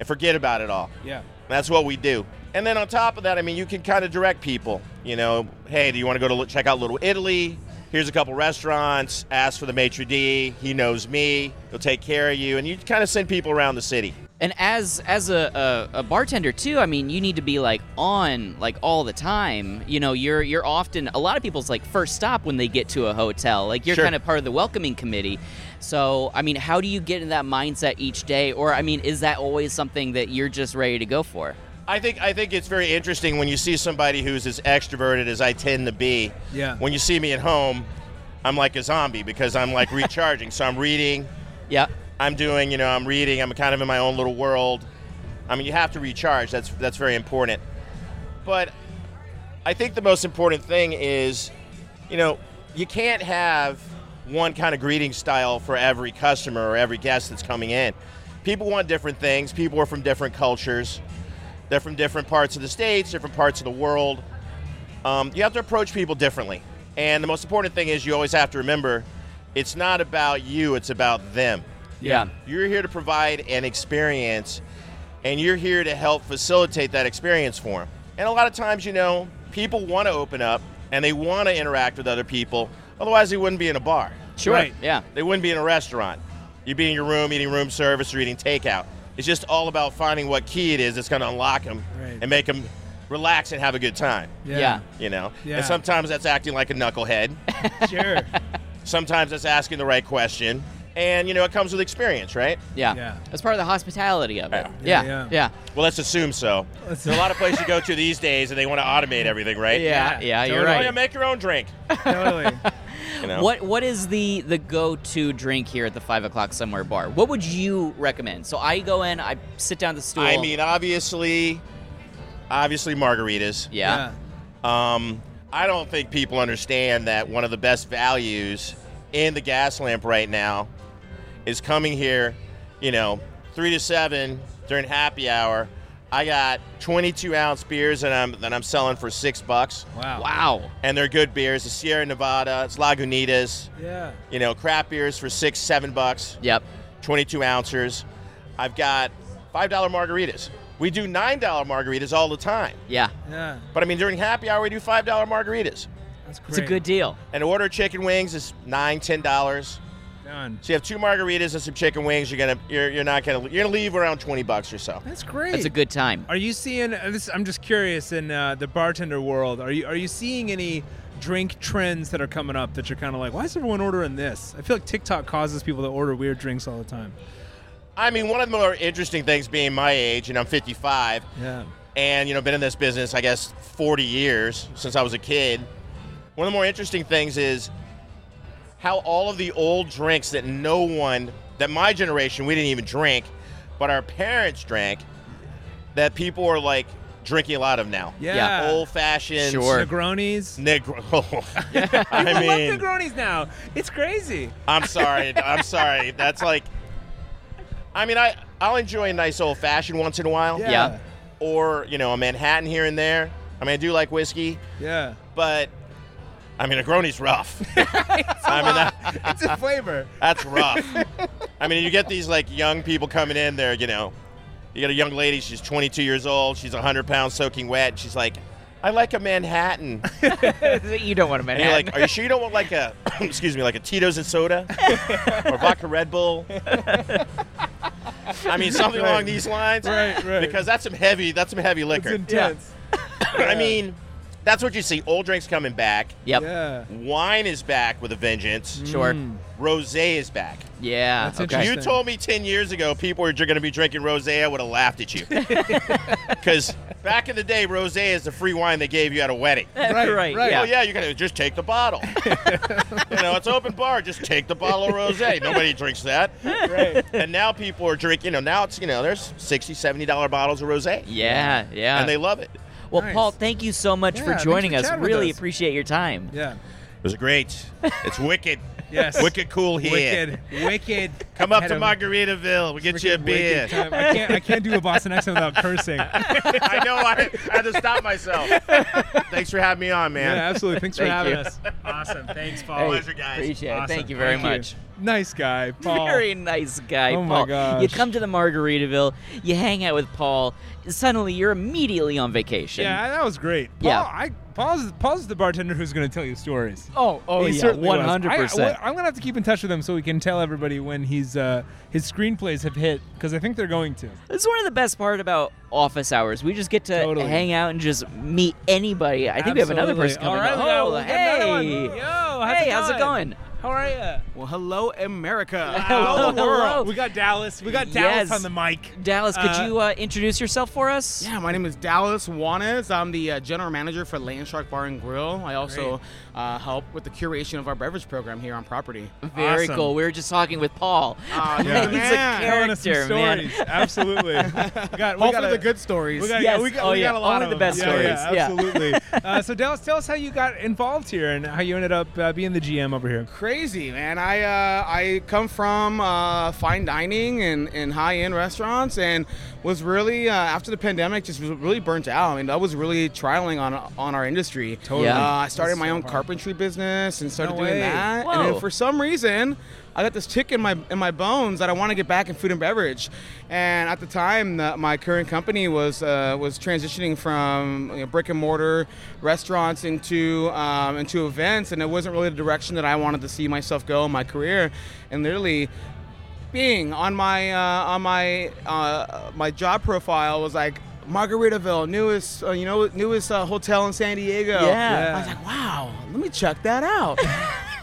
S5: and forget about it all.
S2: Yeah.
S5: That's what we do. And then on top of that, I mean, you can kind of direct people. You know, hey, do you want to go to check out Little Italy? Here's a couple restaurants. Ask for the maitre d. He knows me. He'll take care of you. And you kind of send people around the city.
S1: And as as a, a, a bartender too, I mean, you need to be like on like all the time. You know, you're you're often a lot of people's like first stop when they get to a hotel. Like you're
S5: Sure.
S1: kind of part of the welcoming committee. So I mean, how do you get in that mindset each day? Or I mean, is that always something that you're just ready to go for?
S5: I think I think it's very interesting when you see somebody who's as extroverted as I tend to be.
S2: Yeah.
S5: When you see me at home, I'm like a zombie because I'm like recharging. so I'm reading.
S1: Yeah.
S5: I'm doing, you know, I'm reading, I'm kind of in my own little world. I mean, you have to recharge. That's that's very important. But I think the most important thing is, you know, you can't have one kind of greeting style for every customer or every guest that's coming in. People want different things. People are from different cultures. They're from different parts of the states, different parts of the world. Um, you have to approach people differently. And the most important thing is you always have to remember it's not about you, it's about them.
S1: Yeah.
S5: You're here to provide an experience, and you're here to help facilitate that experience for them. And a lot of times, you know, people want to open up and they want to interact with other people. Otherwise, they wouldn't be in a bar.
S1: Sure.
S2: Right.
S1: Yeah.
S5: They wouldn't be in a restaurant. You'd be in your room eating room service or eating takeout. It's just all about finding what key it is that's going to unlock them
S2: Right.
S5: and make them relax and have a good time.
S1: Yeah.
S5: You know,
S2: Yeah.
S5: and sometimes that's acting like a knucklehead.
S2: Sure.
S5: sometimes that's asking the right question, and you know, it comes with experience, right?
S1: Yeah.
S2: Yeah.
S1: That's part of the hospitality of it. Yeah.
S2: Yeah, yeah.
S1: Yeah.
S5: Well, let's assume so. There's a lot of places you go to these days, and they want to automate everything, right?
S1: Yeah. Yeah. You're
S2: Totally.
S5: Oh, yeah,
S1: right.
S5: make your own drink.
S2: totally.
S5: You know?
S1: What what is the the go to drink here at the five o'clock somewhere bar? What would you recommend? So I go in, I sit down at the stool.
S5: I mean, uh, obviously, obviously margaritas.
S1: yeah,
S5: Um, I don't think people understand that one of the best values in the gas lamp right now is coming here. You know, three to seven during happy hour. I got 22 ounce beers, and I'm that I'm selling for six bucks,
S2: Wow.
S1: wow,
S5: and they're good beers. The Sierra Nevada, it's Lagunitas.
S2: Yeah.
S5: You know, crap beers for six, seven bucks,
S1: yep,
S5: 22 ounces. I've got $5 margaritas. We do $9 margaritas all the time.
S1: yeah,
S2: Yeah.
S5: But I mean, during happy hour, we do $5 margaritas.
S2: That's great.
S1: It's a good deal.
S5: An order of chicken wings is nine, ten dollars.
S2: Done.
S5: So you have two margaritas and some chicken wings. You're gonna, you're, you're not gonna, you're gonna leave around twenty bucks or so.
S2: That's great.
S1: That's a good time.
S2: Are you seeing uh, this? I'm just curious in uh, the bartender world. Are you are you seeing any drink trends that are coming up that you're kind of like, why is everyone ordering this? I feel like TikTok causes people to order weird drinks all the time.
S5: I mean, one of the more interesting things being my age, and I'm 55,
S2: Yeah.
S5: and you know, been in this business, I guess, 40 years since I was a kid. One of the more interesting things is how all of the old drinks that no one, that my generation, we didn't even drink, but our parents drank, that people are like drinking a lot of now.
S2: Yeah.
S1: Yeah.
S5: Old fashioned.
S1: Sure.
S2: Negronis.
S5: Negro. I
S2: I
S5: mean,
S2: love Negronis now. It's crazy.
S5: I'm sorry. I'm sorry. That's like, I mean, I I'll enjoy a nice old fashioned once in a while,
S1: Yeah.
S5: or you know, a Manhattan here and there. I mean, I do like whiskey,
S2: Yeah.
S5: but I mean, a Negroni's rough. I mean, that,
S2: It's a flavor.
S5: that's rough. I mean, you get these like young people coming in there. You know, you got a young lady. She's 22 years old. She's 100 pounds soaking wet. and She's like. I like a Manhattan.
S1: you don't want to
S5: And you're
S1: Manhattan.
S5: like, are you sure you don't want like a, excuse me, like a Tito's and soda or vodka Red Bull? I mean, something along these lines.
S2: Right, right.
S5: Because that's some heavy, that's some heavy
S2: It's
S5: liquor.
S2: intense.
S5: I mean, that's what you see. Old drinks coming back.
S1: yep.
S2: Yeah. Mm.
S5: Wine is back with a vengeance.
S1: Sure.
S5: Rosé is back.
S1: Yeah.
S2: That's
S1: okay.
S2: interesting.
S5: You told me 10 years ago people were going to be drinking rosé, I would have laughed at you. Because back in the day, rosé is the free wine they gave you at a wedding.
S1: right,
S2: right.
S1: Yeah.
S5: Well, Oh, yeah, you're gonna just take the bottle. you know, it's open bar. Just take the bottle of rosé. Nobody drinks that.
S2: Right.
S5: And now people are drinking. You know, now it's you know there's 60 70 dollar bottles of rosé,
S1: Yeah. Yeah.
S5: and they love it.
S1: well,
S2: Nice.
S1: Paul, thank you so much
S2: Yeah,
S1: for
S2: thanks
S1: joining
S2: for
S1: us.
S2: chatting with
S1: Really
S2: us.
S1: appreciate your time.
S2: Yeah.
S5: It was great. It's wicked.
S2: Yes.
S5: Wicked cool here.
S2: Wicked. Wicked.
S5: Come up
S2: Had
S5: to
S2: a
S5: Margaritaville. We'll get you a
S2: freaking wicked
S5: beer.
S2: time. I can't. I can't do a Boston accent without cursing. Yeah,
S5: I know. I, I had to stop myself. Thanks for having me on, man.
S2: absolutely. Thanks for
S1: Thank
S2: having
S1: you.
S2: us. Awesome. Thanks,
S1: Hey,
S2: Paul.
S5: Pleasure, guys.
S1: Appreciate it. Thank
S2: Awesome.
S1: you very
S2: Thank
S1: much.
S2: Nice guy, Paul.
S1: Very nice guy,
S2: Oh my
S1: Paul. You
S2: gosh.
S1: come to the Margaritaville, you hang out with Paul, suddenly you're immediately on vacation.
S2: Yeah, that was great. Paul,
S1: Yeah.
S2: I, Paul's Paul's the bartender who's going to tell you stories.
S1: Oh, oh,
S2: He
S1: yeah,
S2: certainly was.
S1: 100%.
S2: I, am going to have to keep in touch with him so we can tell everybody when he's uh, his screenplays have hit because I think they're going to.
S1: It's one of the best part about office hours. We just get to
S2: Totally.
S1: hang out and just meet anybody. I think we have another person
S2: Absolutely.
S1: coming
S2: All right,
S1: up.
S2: we
S1: Oh,
S2: got- we got another one.
S1: hey.
S2: Yo, how's
S1: hey,
S2: it
S1: how's it
S2: going?
S1: going?
S2: How are you?
S6: Well, hello, America. Oh,
S1: Hello, hello.
S2: We got Dallas. We got
S1: Yes.
S2: Dallas on the mic.
S1: Dallas, could
S2: Uh,
S1: you uh, introduce yourself for us?
S6: Yeah, my name is Dallas Juanes. I'm the uh, general manager for Landshark Bar and Grill. I also uh, help with the curation of our beverage program here on property.
S1: Very
S2: Awesome.
S1: cool. We were just talking with Paul.
S6: Aw,
S1: He's
S6: you're the
S1: a
S6: man.
S2: Telling us some
S1: character, man.
S2: stories. Absolutely. We got, we
S6: Hopefully,
S2: got a-
S6: the good stories.
S2: We got,
S1: Yes.
S2: yeah, we got,
S1: Oh,
S2: we
S1: yeah.
S2: got a lot
S1: Only
S2: of
S1: the
S2: them.
S1: best
S2: yeah,
S1: stories. Yeah.
S2: Yeah, absolutely. uh, so Dallas, tell us how you got involved here and how you ended up uh, being the GM over here.
S6: crazy, man. I uh, I come from uh, fine dining and, and high end restaurants, and was really uh, after the pandemic just was really burnt out. I mean, I was really trialing on on our industry.
S1: Totally. Yeah.
S6: Uh, I started my
S2: so
S6: own
S2: hard.
S6: carpentry business and started
S2: No
S6: doing
S2: way.
S6: that,
S1: Whoa.
S6: and then for some reason. I got this tick in my in my bones that I want to get back in food and beverage, and at the time, the, my current company was uh, was transitioning from you know, brick and mortar restaurants into um, into events, and it wasn't really the direction that I wanted to see myself go in my career, and literally. Being on my uh, on my uh, my job profile was like Margaritaville, newest uh, you know newest uh, hotel in San Diego.
S1: Yeah.
S6: I was like, wow, let me check that out.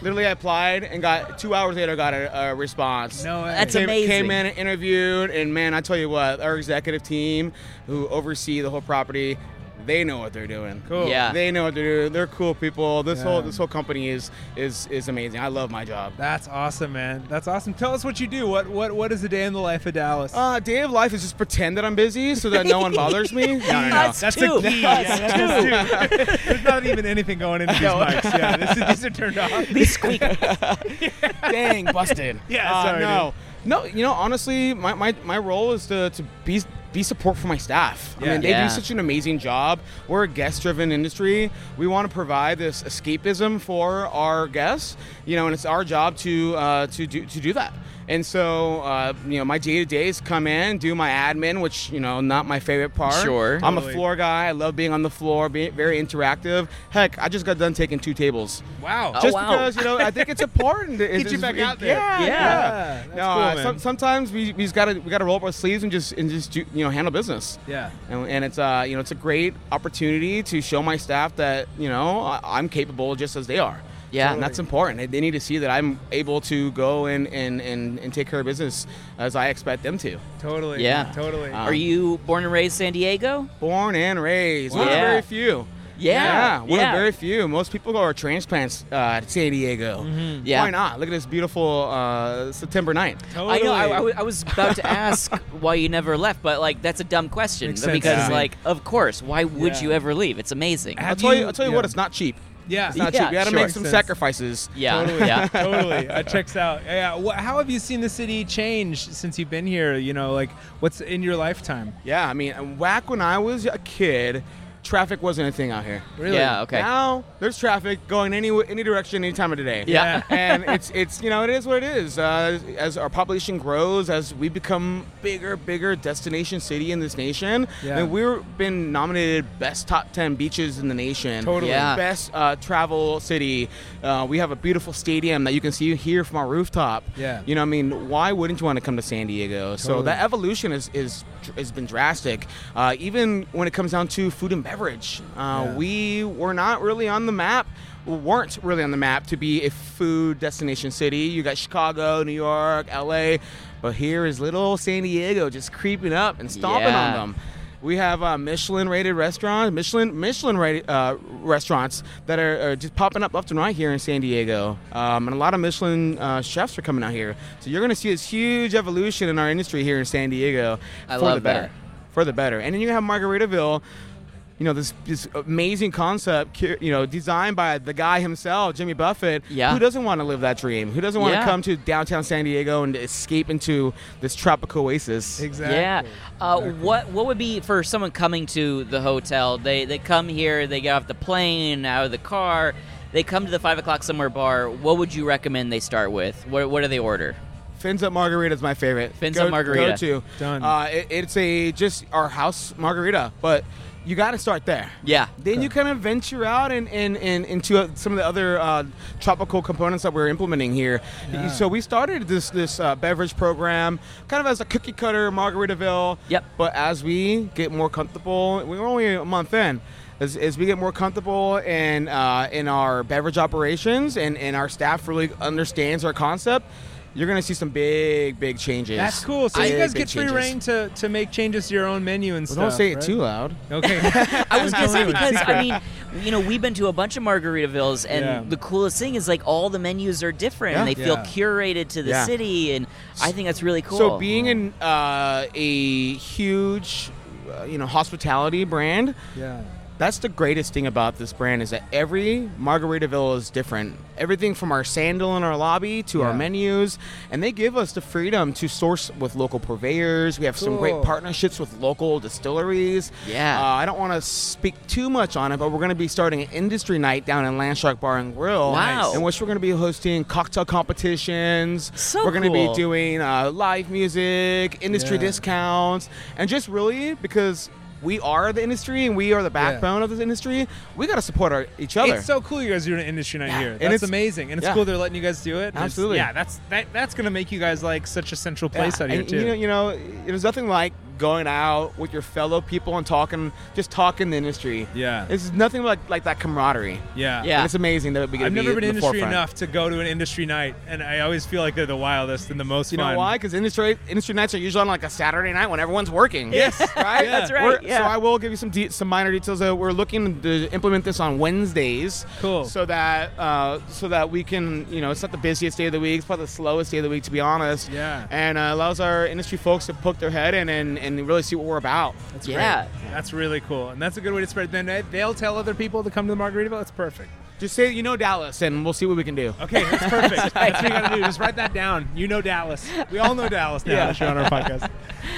S6: Literally, I applied and got two hours later got a, a response.
S2: No way.
S1: That's
S6: Came,
S1: amazing.
S6: came in and interviewed, and man, I tell you what, our executive team who oversee the whole property, they know what they're doing.
S2: Cool.
S1: Yeah.
S6: They know what they're doing. They're cool people. This
S2: Yeah.
S6: whole this whole company is is is amazing. I love my job.
S2: That's awesome, man. That's awesome. Tell us what you do. What what what is a day in the life of Dallas?
S6: Uh, day of life is just pretend that I'm busy so that no one bothers me. No, no, no.
S1: Us
S2: That's
S1: too.
S2: the key.
S1: Us
S2: Yeah, that's us too. There's not even anything going into these mics. Yeah, this is, these are turned off.
S1: These squeak.
S6: Dang, busted.
S2: Yeah,
S6: Uh,
S2: sorry,
S6: no, no. You know, honestly, my, my, my role is to, to be be support for my staff. I
S2: Yeah.
S6: mean, they
S1: Yeah.
S6: do such an amazing job. We're a guest-driven industry. We want to provide this escapism for our guests. You know, and it's our job to uh, to do to do that. And so, uh, you know, my day to days come in, do my admin, which you know, not my favorite part.
S1: Sure.
S6: I'm a
S2: Totally.
S6: floor guy. I love being on the floor, being very interactive. Heck, I just got done taking two tables.
S2: Wow.
S1: Oh,
S6: Just
S1: wow.
S6: because you know, I think it's important. to-
S2: Get you back out there.
S6: Yeah,
S1: Yeah.
S6: yeah.
S2: Yeah, that's
S6: no,
S2: cool,
S6: uh,
S2: man.
S6: some, sometimes we, we just gotta we gotta roll up our sleeves and just and just do, you know handle business.
S2: Yeah.
S6: And, and it's uh you know it's a great opportunity to show my staff that you know I, I'm capable just as they are.
S1: Yeah.
S6: and that's important. They- They need to see that I'm able to go and and, and, and take care of business as I expect them to.
S2: Totally.
S1: Yeah.
S2: Totally.
S6: Uh,
S1: Are you born and raised San Diego?
S6: Born and raised, one of
S1: Yeah.
S6: very few.
S1: Yeah,
S6: one
S1: yeah.
S6: of very few. Most people are transplants uh, to San Diego.
S1: Mm-hmm. Yeah.
S6: Why not? Look at this beautiful uh, September night.
S2: totally.
S1: I know. I- I, wa- I was about to ask why you never left, but like that's a dumb question
S2: Makes sense
S1: because,
S2: to me.
S1: like, of course, why would
S2: Yeah.
S1: you ever leave? It's amazing.
S2: Have
S6: I'll tell you,
S2: you-
S6: I'll tell you
S2: yeah.
S6: what, it's not cheap.
S2: yeah.
S6: It's not
S1: Yeah,
S6: cheap. You got to
S1: sure.
S6: make some
S2: Makes sense.
S6: sacrifices.
S1: yeah,
S2: Totally.
S1: yeah.
S2: totally. That checks out. Yeah. Wha how have you seen the city change since you've been here? You know, like what's in your lifetime?
S6: Yeah, I mean, back when I was a kid, traffic wasn't a thing out here.
S2: Really?
S1: Yeah. Okay.
S6: Now there's traffic going any any direction, any time of the day.
S1: Yeah.
S6: and it's it's you know it is what it is. Uh, as our population grows, as we become bigger, bigger destination city in this nation,
S2: Yeah.
S6: and we've been nominated best top ten beaches in the nation.
S2: Totally.
S1: Yeah.
S6: Best uh, travel city. Uh, we have a beautiful stadium that you can see here from our rooftop.
S2: Yeah.
S6: You know, I mean, why wouldn't you want to come to San Diego? So
S2: Totally.
S6: that evolution is is has been drastic. Uh, even when it comes down to food and beverage, uh,
S2: Yeah.
S6: we were not really on the map. Weren't really on the map to be a food destination city. You got Chicago, New York, LA, but here is little San Diego just creeping up and stomping
S1: Yeah.
S6: on them. We have uh, Michelin-rated restaurants, Michelin Michelin-rated uh, restaurants that are, are just popping up left and right here in San Diego, um, and a lot of Michelin uh, chefs are coming out here. So you're going to see this huge evolution in our industry here in San Diego
S1: I
S6: for
S1: love
S6: the better,
S1: that.
S6: for the better. And then you have Margaritaville, you know this this amazing concept, cu- you know, designed by the guy himself, Jimmy Buffett.
S1: Yeah.
S6: Who doesn't want to live that dream? Who doesn't want
S1: Yeah.
S6: to come to downtown San Diego and escape into this tropical oasis?
S2: Exactly.
S1: Yeah. Uh, What What would be for someone coming to the hotel? They They come here. They get off the plane, out of the car. They come to the five o'clock somewhere bar. What would you recommend they start with? What What do they order?
S6: Fins up margarita is my favorite.
S1: Fins Up Margarita.
S6: Go to.
S2: Done.
S6: Uh, it- it's a just our house margarita, but you got to start there.
S1: Yeah.
S6: Then you kind of venture out and, and, and into uh, some of the other uh, tropical components that we're implementing here.
S2: Yeah.
S6: So we started this this uh, beverage program kind of as a cookie cutter Margaritaville.
S1: Yep.
S6: But as we get more comfortable, we're only a month in. As, as we get more comfortable in uh, in our beverage operations and, and our staff really understands our concept, you're gonna see some big big changes.
S2: That's cool. So
S6: Big,
S2: you guys
S6: big
S2: get free
S6: changes.
S2: reign to, to make changes to your own menu and
S6: But
S2: stuff.
S6: don't say it
S2: right?
S6: too loud.
S2: Okay.
S1: I was gonna say
S2: Absolutely.
S1: because I mean, you know, we've been to a bunch of Margaritavilles, and
S2: Yeah.
S1: the coolest thing is like all the menus are different. and
S6: Yeah.
S1: They feel
S2: Yeah.
S1: curated to the
S6: Yeah.
S1: city, and I think that's really cool.
S6: So being in uh, a huge, uh, you know, hospitality brand,
S2: yeah.
S6: that's the greatest thing about this brand is that every Margaritaville is different. Everything from our sandal in our lobby to our
S2: Yeah.
S6: menus, and they give us the freedom to source with local purveyors. We have some great
S2: Cool.
S6: partnerships with local distilleries.
S1: Yeah.
S6: Uh, I don't want to speak too much on it, but we're going to be starting an industry night down in Landshark Bar and Grill.
S1: Wow.
S6: In which we're going to be hosting cocktail competitions.
S1: So
S6: we're going to
S1: cool.
S6: be doing uh, live music, industry
S2: Yeah.
S6: discounts, and just really because we are the industry and we are the backbone of this industry, we got to support our, each other.
S2: It's so cool you guys are doing an industry night here. That's
S6: it's-
S2: amazing. And it's
S6: yeah.
S2: cool they're letting you guys do it. and it's-
S6: Absolutely.
S2: Yeah, that's that, that's gonna make you guys like such a central place
S6: Yeah,
S2: out here
S6: and
S2: too.
S6: You know, you know, there's nothing like going out with your fellow people and talking, just talking the industry.
S2: Yeah.
S6: It's nothing like like that camaraderie.
S2: yeah.
S1: Yeah.
S6: And it's amazing that we get
S2: I've
S6: to be
S2: never been
S6: in the
S2: industry
S6: forefront.
S2: enough to go to an industry night, and I always feel like they're the wildest and the most
S6: You know
S2: fun.
S6: why? Because industry industry nights are usually on like a Saturday night when everyone's working. Yes, right.
S1: That's right,
S6: We're-
S1: yeah.
S6: So I will give you some de- some minor details. Though. We're looking to implement this on Wednesdays.
S2: Cool.
S6: So that uh, so that we can you know it's not the busiest day of the week. It's probably the slowest day of the week to be honest.
S2: Yeah.
S6: And uh, allows our industry folks to poke their head in and, and really see what we're about.
S2: That's
S1: Yeah.
S2: great. That's really cool, and that's a good way to spread. Then they- they'll tell other people to come to the Margaritaville. That's perfect.
S6: Just say you know Dallas, and we'll see what we can do.
S2: Okay, that's perfect. that's what you gotta do. Just write that down. You know Dallas. We all know Dallas now.
S6: Yeah.
S2: that you're on our podcast.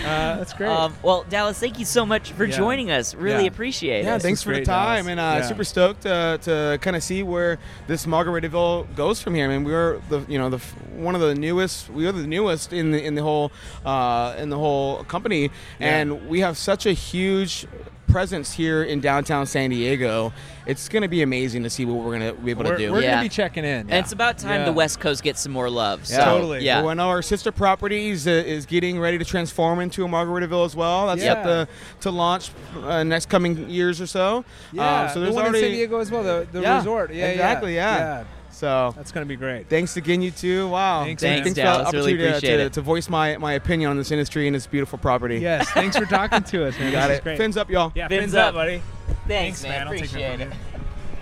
S2: Uh, that's great.
S1: Um, well, Dallas, thank you so much for
S2: Yeah.
S1: joining us. Really
S2: Yeah.
S1: appreciate
S6: Yeah,
S1: it.
S6: thanks
S2: was
S6: for the
S2: great,
S6: time,
S2: Dallas.
S6: and uh,
S2: Yeah.
S6: super stoked uh, to kind of see where this Margaritaville goes from here. I mean, we're the you know the f- one of the newest. We are the newest in the in the whole uh, in the whole company, and we have such a huge presence here in downtown San Diego. It's going to be amazing to see what we're going to be able
S2: we're
S6: to do.
S2: we're
S1: Yeah.
S2: gonna be checking in.
S1: And it's about time
S2: Yeah.
S1: the West Coast gets some more love. So,
S6: Yeah.
S2: Totally.
S1: Yeah.
S6: Well, I know our sister properties uh, is getting ready to transform into a Margaritaville as well. That's
S2: Yeah.
S6: set to, to launch uh, next coming years or so.
S2: yeah,
S6: Um, so there's
S2: uh, the one
S6: already
S2: in San Diego as well. The, the
S6: Yeah,
S2: resort. Yeah, yeah,
S6: exactly, yeah. so.
S2: That's gonna be great.
S6: Thanks again, you two. Wow.
S2: Thanks, man.
S6: thanks for the
S1: Dallas. Really
S6: opportunity to-
S1: appreciate
S6: to,
S1: it.
S6: to voice my, my opinion on this industry and this beautiful property.
S2: Yes. Thanks for talking to us. Man.
S6: Got
S2: This is
S6: it.
S2: Great.
S6: Fins up, y'all.
S2: yeah.
S1: Fins
S2: Fins, up,
S1: up.
S2: buddy.
S1: Thanks, man.
S2: I'll take
S1: Appreciate
S2: that
S1: it.
S2: from you.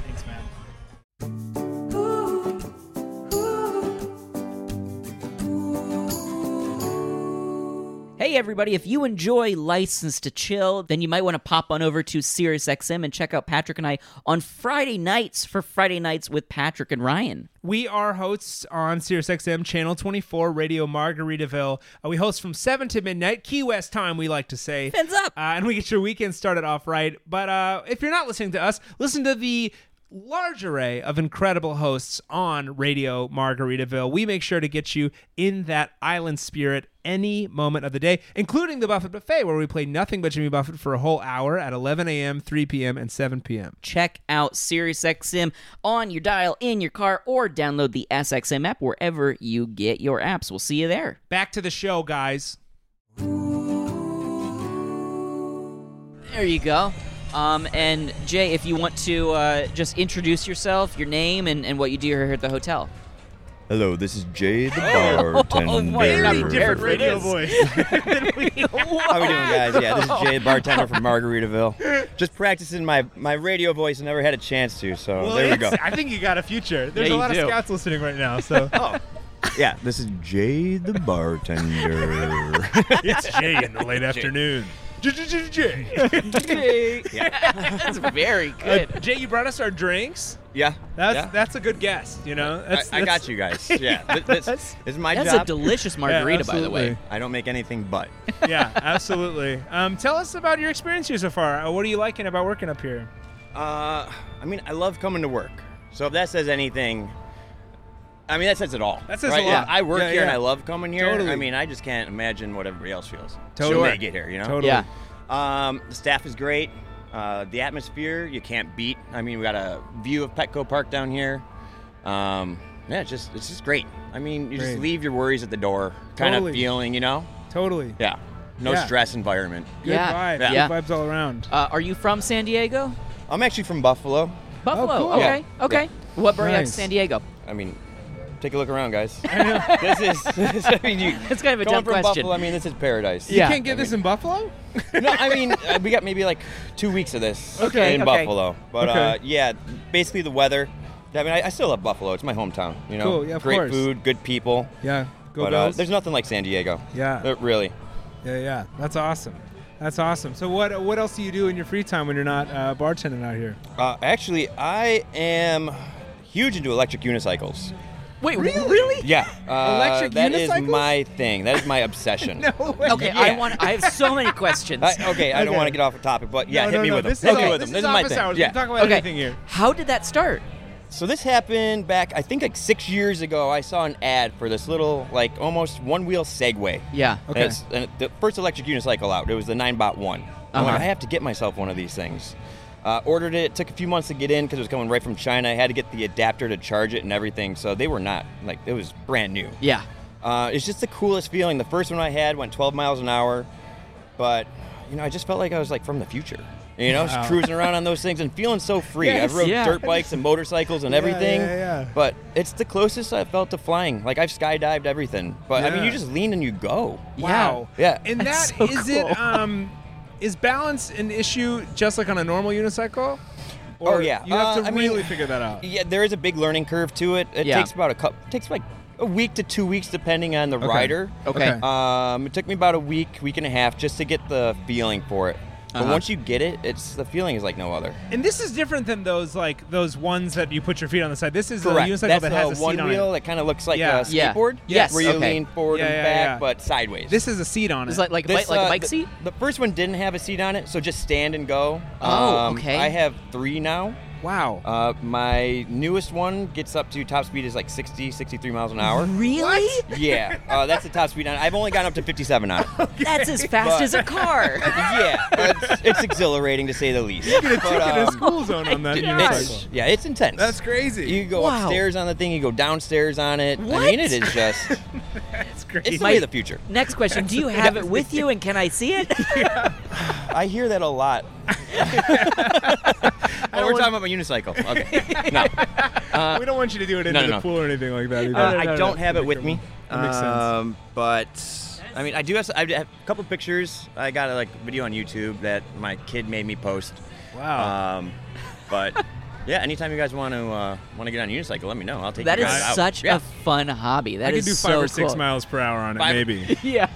S2: Thanks, man.
S1: Hey everybody, if you enjoy License to Chill, then you might want to pop on over to SiriusXM and check out Patrick and I on Friday nights for Friday Nights with Patrick and Ryan.
S4: We are hosts on SiriusXM Channel 24 Radio Margaritaville. Uh, we host from 7 to midnight, Key West time, we like to say.
S1: Fins up.
S4: Uh, and we get your weekend started off right. But uh, if you're not listening to us, listen to the large array of incredible hosts on Radio Margaritaville. We make sure to get you in that island spirit any moment of the day, including the Buffett Buffet, where we play nothing but Jimmy Buffett for a whole hour at 11 a.m., 3 p.m., and 7 p.m.
S1: Check out SiriusXM on your dial, in your car, or download the SXM app wherever you get your apps. We'll see you there.
S4: Back to the show, guys.
S1: There you go. Um, and Jay, if you want to uh, just introduce yourself, your name, and, and what you do here at the hotel.
S7: Hello, this is Jay the
S1: Oh,
S7: bartender.
S1: boy, you're not prepared for this.
S7: How we doing, guys? Yeah, this is Jay the bartender from Margaritaville. Just practicing my my radio voice. I never had a chance to, so Oh, there we go.
S2: I think you Oh, got a future. There's
S1: Yeah,
S2: a
S1: you
S2: lot
S1: do.
S2: of scouts listening right now, so
S7: Yeah, this is Jay the bartender.
S2: it's Jay in the late afternoon. Jay.
S1: That's very
S2: Uh,
S1: good.
S4: Jay, you brought us our drinks.
S7: yeah,
S2: That's
S7: yeah.
S2: that's a good guess. You know,
S7: I,
S2: that's,
S7: I
S2: that's-
S7: got you guys. Yeah, th- this, this is my
S1: That's a
S7: job.
S1: delicious margarita, by the way.
S2: absolutely.
S7: I don't make anything but.
S2: yeah, absolutely. Um, tell us about your experience here so far. Uh, What are you liking about working up here?
S7: Uh, I mean, I love coming to work. So if that says anything, I mean that says it all.
S2: That says a
S7: right?
S2: lot.
S7: I work
S2: Yeah,
S7: here and
S2: yeah.
S7: I love coming here.
S2: Totally.
S7: I mean, I just can't imagine what everybody else feels.
S2: Totally.
S7: When they get here, you know.
S2: Totally.
S1: Yeah.
S7: Um, the staff is great. Uh, the atmosphere you can't beat. I mean, we got a view of Petco Park down here. Um, yeah, it's just it's just great. I mean, you
S2: Great.
S7: just leave your worries at the door, kind
S2: Totally.
S7: of feeling, you know.
S2: Totally.
S7: Yeah. No
S2: Yeah.
S7: stress environment.
S2: Good
S1: yeah.
S2: vibe.
S1: Yeah.
S2: Good vibes all around.
S1: Uh, are you from San Diego?
S7: I'm actually from Buffalo.
S1: Buffalo.
S2: cool.
S1: Okay. Okay. What brought you out to
S2: Nice.
S1: San Diego?
S7: I mean, take a look around, guys. this is. This, I mean, you,
S1: That's kind of a
S7: going
S1: dumb
S7: from
S1: question.
S7: Buffalo. I mean, this is paradise.
S1: Yeah.
S2: You can't get this in Buffalo?
S7: no, I mean, uh, we got maybe like two weeks of this
S1: Okay,
S7: in
S1: okay.
S7: Buffalo. But uh,
S2: Okay.
S7: yeah, basically the weather. I mean, I, I still love Buffalo. It's my hometown. You know,
S2: Cool, yeah, of
S7: great
S2: course.
S7: food, good people.
S2: Yeah. Go
S7: but uh,
S2: Bills.
S7: there's nothing like San Diego.
S2: Yeah.
S7: Uh, really.
S2: Yeah, yeah. That's awesome. That's awesome. So what what else do you do in your free time when you're not uh, bartending out here?
S7: Uh, actually, I am huge into electric unicycles.
S1: Wait, really?
S7: Yeah, uh,
S2: Electric
S7: that is
S2: unicycles?
S7: my thing. That is my obsession.
S1: Okay, I want. I have so many questions.
S7: I, okay, I don't
S2: Okay.
S7: want to get off the topic, but yeah,
S2: no,
S7: hit
S2: no,
S7: me
S2: no.
S7: with them.
S2: This
S7: hit
S2: is,
S7: me
S2: all-
S7: with
S2: this
S7: them.
S2: is
S7: This is my
S2: office
S7: thing.
S2: hours. We
S7: Yeah.
S2: can talk about
S1: okay.
S2: anything here.
S1: How did that start?
S7: So this happened back, I think, like six years ago. I saw an ad for this little, like, almost one-wheel Segway.
S1: Yeah.
S7: And it's- and the first electric unicycle out. It was the nine bot one. I went, I have to get myself one of these things. Uh, ordered it. it. Took a few months to get in because it was coming right from China. I had to get the adapter to charge it and everything. So they were not like it was brand new.
S1: Yeah.
S7: Uh, it's just the coolest feeling. The first one I had went 12 miles an hour, but you know, I just felt like I was like from the future. You know, just cruising around on those things and feeling so free. I've rode
S1: yeah.
S7: dirt bikes and motorcycles and everything,
S2: yeah, yeah.
S7: but it's the closest I felt to flying. Like I've skydived everything, but I mean,
S2: Yeah.
S7: you just lean and you go.
S2: Wow.
S7: Yeah.
S2: And
S1: That's
S2: that
S1: so
S2: is it.
S1: cool.
S2: Um, is balance an issue just like on a normal unicycle? Or
S7: Oh, yeah.
S2: you have
S7: Uh,
S2: to
S7: I mean-
S2: really figure that out.
S7: Yeah, there is a big learning curve to it. It
S1: Yeah.
S7: takes about a couple, takes like a week to two weeks depending on the rider.
S1: Okay.
S2: Okay.
S7: Um, it took me about a week, week and a half just to get the feeling for it. But
S2: Uh-huh.
S7: once you get it, it's the feeling is like no other.
S4: And this is different than those like those ones that you put your feet on the side. This is
S7: Correct.
S4: a unicycle
S7: That's
S4: that
S7: the
S4: has a
S7: one
S4: seat on
S7: wheel
S4: it.
S7: that kind of looks like
S4: Yeah.
S7: a
S1: Yeah.
S7: skateboard.
S1: Yes.
S7: Where you
S1: Okay.
S7: lean forward
S4: Yeah,
S7: and
S4: yeah,
S7: back,
S4: yeah.
S7: but sideways.
S4: This is a seat on it.
S1: It's like like a
S7: This,
S1: bike, like
S7: uh,
S1: a bike
S7: the-
S1: seat.
S7: The first one didn't have a seat on it, so just stand and go.
S1: Oh,
S7: Um,
S1: okay.
S7: I have three now.
S4: wow.
S7: Uh, my newest one gets up to top speed is like 60, 63 miles an hour.
S1: Really?
S7: yeah, uh, that's the top speed on it. I've only gotten up to 57 on it.
S1: That's as fast
S7: But-
S1: as a car.
S7: yeah, it's, it's exhilarating to say the least. But,
S2: a
S7: um,
S2: school zone on that
S7: it-
S2: unicycle.
S7: it's, yeah, it's intense.
S2: That's crazy.
S7: You go
S1: Wow.
S7: upstairs on the thing, you go downstairs on it.
S1: What?
S7: I mean, it is just,
S4: That's crazy.
S7: it's the way of the future.
S1: Next question: Do you have it with you, and can I see it?
S7: I hear that a lot. oh, we're talking about my unicycle. Okay. No,
S2: we don't want you to do it into
S7: no,
S2: the
S7: no.
S2: pool or anything like that. Either.
S7: Uh, I don't have it with me.
S2: That makes sense.
S7: Um, but I mean, I do have, I have a couple pictures. I got a like video on YouTube that my kid made me post.
S2: Wow.
S7: Um, but yeah, anytime you guys want to uh, want to get on a unicycle, let me know. I'll take
S1: That
S7: you
S1: is
S7: guys out.
S1: such
S7: Yeah.
S1: a fun hobby.
S2: I
S1: That
S2: could
S1: is
S2: do five
S1: so
S2: or six
S1: cool.
S2: miles per hour on it,
S7: Five-
S2: maybe.
S1: Yeah.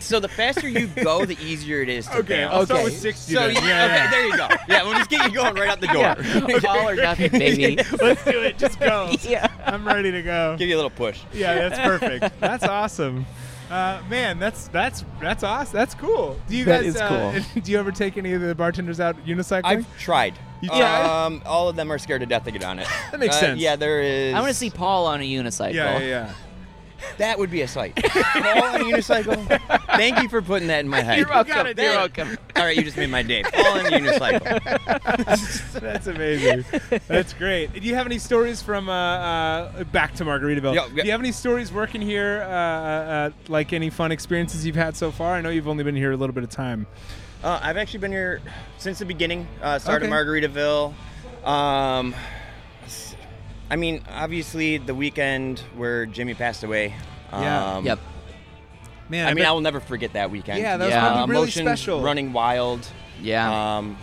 S7: So the faster you go, the easier it is to
S2: Okay,
S7: balance.
S2: I'll start with 60
S7: So
S2: then.
S7: you-
S2: Yeah, yeah.
S7: okay, there you go. Yeah, we'll just get you going right out the door.
S1: All or nothing, baby.
S2: Let's do it. Just go.
S1: yeah.
S2: I'm ready to go.
S7: Give you a little push.
S2: Yeah, that's perfect. That's awesome. Uh, man, that's that's that's awesome. That's cool. Do you
S4: That
S2: guys?
S4: is
S2: uh, do you ever take any of the bartenders out unicycling?
S7: I've tried.
S2: You tried?
S7: Um, all of them are scared to death to get on it.
S2: That makes
S7: Uh,
S2: sense.
S7: Yeah, there is.
S1: I want to see Paul on a unicycle.
S2: yeah, yeah, yeah.
S7: That would be a sight. Fall on a unicycle. Thank you for putting that in my head.
S1: You're welcome.
S7: That-
S1: You're welcome.
S7: All right, you just made my day. Fall on a unicycle.
S2: That's amazing. That's great. Do you have any stories from uh, uh, back to Margaritaville?
S7: Yeah, yeah.
S2: Do you have any stories working here? Uh, uh, uh, like any fun experiences you've had so far? I know you've only been here a little bit of time.
S7: Uh, I've actually been here since the beginning. Uh, started
S2: Okay.
S7: Margaritaville. Um, s- I mean, obviously the weekend where Jimmy passed away.
S2: Yeah.
S7: Um,
S1: Yep.
S2: Man,
S7: I mean,
S2: bet-
S7: I will never forget that weekend.
S2: Yeah, that was
S1: Yeah.
S2: probably really
S7: Emotions
S2: special.
S7: running wild.
S1: Yeah.
S7: Um,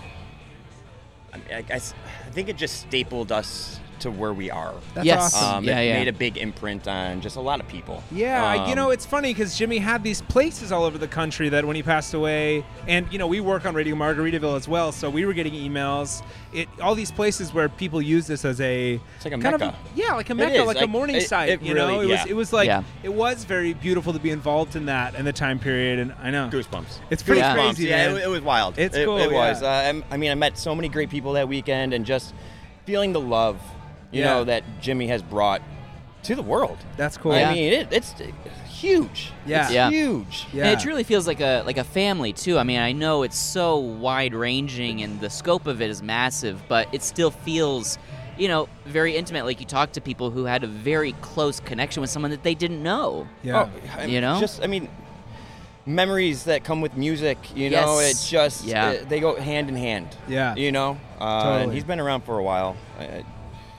S7: I, mean, I, I s- I think it just stapled us to where we are.
S2: That's
S1: yes.
S2: awesome.
S7: Um,
S1: yeah,
S7: it
S1: yeah.
S7: made a big imprint on just a lot of people.
S2: Yeah, I- you
S7: Um,
S2: know, it's funny because Jimmy had these places all over the country that when he passed away, and you know, we work on Radio Margaritaville as well, so we were getting emails. It all these places where people use this as a
S7: It's like a
S2: kind
S7: mecca.
S2: Of, yeah, like a mecca,
S7: is,
S2: like, a
S7: like,
S2: morning
S7: it-
S2: site.
S7: it
S2: you know,
S7: really-
S2: it
S7: yeah.
S2: was it was like
S1: Yeah.
S2: it was very beautiful to be involved in that and the time period, and I know
S7: goosebumps.
S2: it's pretty
S1: Yeah.
S2: crazy.
S7: yeah,
S2: man.
S7: it, it was wild.
S2: It's
S7: it,
S2: cool,
S7: It was.
S2: yeah.
S7: Uh, I'm- I mean, I met so many great people that weekend, and just feeling the love, you
S2: Yeah.
S7: know, that Jimmy has brought to the world.
S2: That's cool.
S7: I
S1: Yeah.
S7: mean, it, it's huge.
S2: Yeah.
S7: it's
S1: Yeah.
S7: huge.
S2: Yeah.
S1: And it truly feels like a like a family too. I mean, I know it's so wide ranging and the scope of it is massive, but it still feels, you know, very intimate. Like you talk to people who had a very close connection with someone that they didn't know.
S2: yeah.
S7: Oh, I-
S1: You know?
S7: just I mean, memories that come with music. You know,
S1: Yes.
S7: it's just
S1: Yeah.
S7: uh, they go hand in hand.
S2: Yeah.
S7: you know, uh, and
S2: Totally.
S7: he's been around for a while. Uh,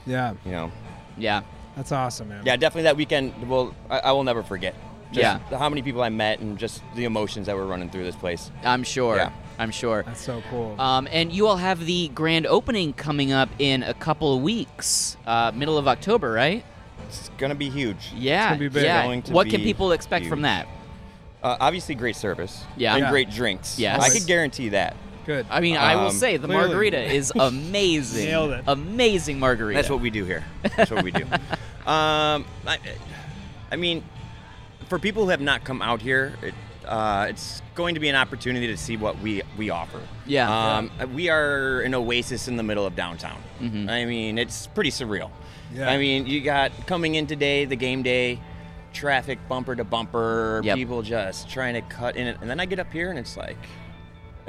S2: yeah,
S7: you know,
S1: Yeah.
S2: that's awesome, man.
S7: yeah, definitely that weekend. Will I, I will never forget. Just
S1: Yeah.
S7: how many people I met and just the emotions that were running through this place.
S1: I'm sure.
S7: Yeah.
S1: I'm sure.
S2: that's so cool.
S7: Uh,
S1: Um, and you all have the grand opening coming up in a couple of weeks, uh, middle of October, right?
S7: It's gonna be huge.
S1: Yeah.
S2: gonna be big.
S1: yeah.
S7: Going to
S1: what can
S7: be
S1: people expect from
S7: huge.
S1: that?
S7: Uh, obviously, great service.
S1: Yeah.
S7: and
S1: Yeah.
S7: great drinks.
S1: Yes.
S7: I could guarantee that.
S2: Good.
S1: I mean, I will
S7: Um,
S1: say the
S2: clearly.
S1: margarita is amazing.
S2: Nailed it.
S1: Amazing margarita.
S7: That's what we do here. That's what we do. um, I, I mean, for people who have not come out here, it, uh, it's going to be an opportunity to see what we we offer.
S1: Yeah. Mm-hmm.
S7: Um, We are an oasis in the middle of downtown. I mean, it's pretty surreal.
S2: Yeah.
S7: I mean, you got coming in today, the game day, traffic bumper to bumper,
S1: Yep.
S7: people just trying to cut in, it. and then I get up here and it's like.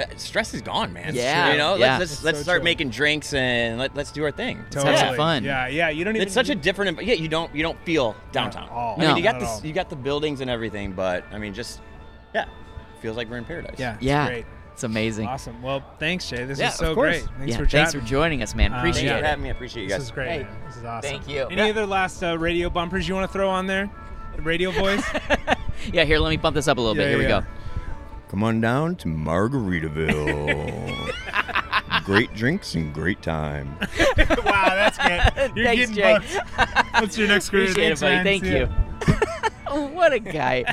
S7: uh, Stress is gone, man.
S1: Yeah,
S7: you know,
S1: yeah.
S7: let's let's,
S2: It's
S7: let's
S2: so
S7: start
S2: chill.
S7: making drinks and let, let's do our thing.
S1: have some fun.
S2: Yeah, yeah. You don't even.
S7: It's such a different. env- Yeah, you don't you don't feel downtown.
S2: all.
S7: I mean,
S1: No.
S7: you
S2: Not
S7: got
S2: at
S7: the
S2: all.
S7: you got the buildings and everything, but I mean, just yeah, feels like we're in paradise.
S2: Yeah. It's
S1: yeah.
S2: Great.
S1: It's amazing.
S2: Awesome. Well, thanks, Jay. This
S7: Yeah,
S2: is so
S7: of course.
S2: great. Thanks
S1: yeah,
S2: for
S1: thanks
S2: chatting.
S1: for joining us, man.
S2: Uh,
S7: Thanks
S1: Appreciate
S2: yeah.
S1: it.
S7: for having me. I appreciate you
S2: This
S7: guys.
S2: is great.
S1: Hey,
S2: man. This is awesome.
S1: thank you.
S2: Any
S1: Yeah.
S2: other last uh, radio bumpers you want to throw on there? Radio voice.
S1: Yeah, here, let me bump this up a little
S2: Yeah,
S1: bit. Here
S2: yeah.
S1: we go.
S7: Come on down to Margaritaville. great drinks and great time.
S2: wow, that's good. You're
S1: Thanks,
S2: getting
S1: Jay.
S2: booked. What's your next career?
S1: Appreciate it, buddy.
S2: man.
S1: Thank
S2: See ya.
S1: you. what a guy.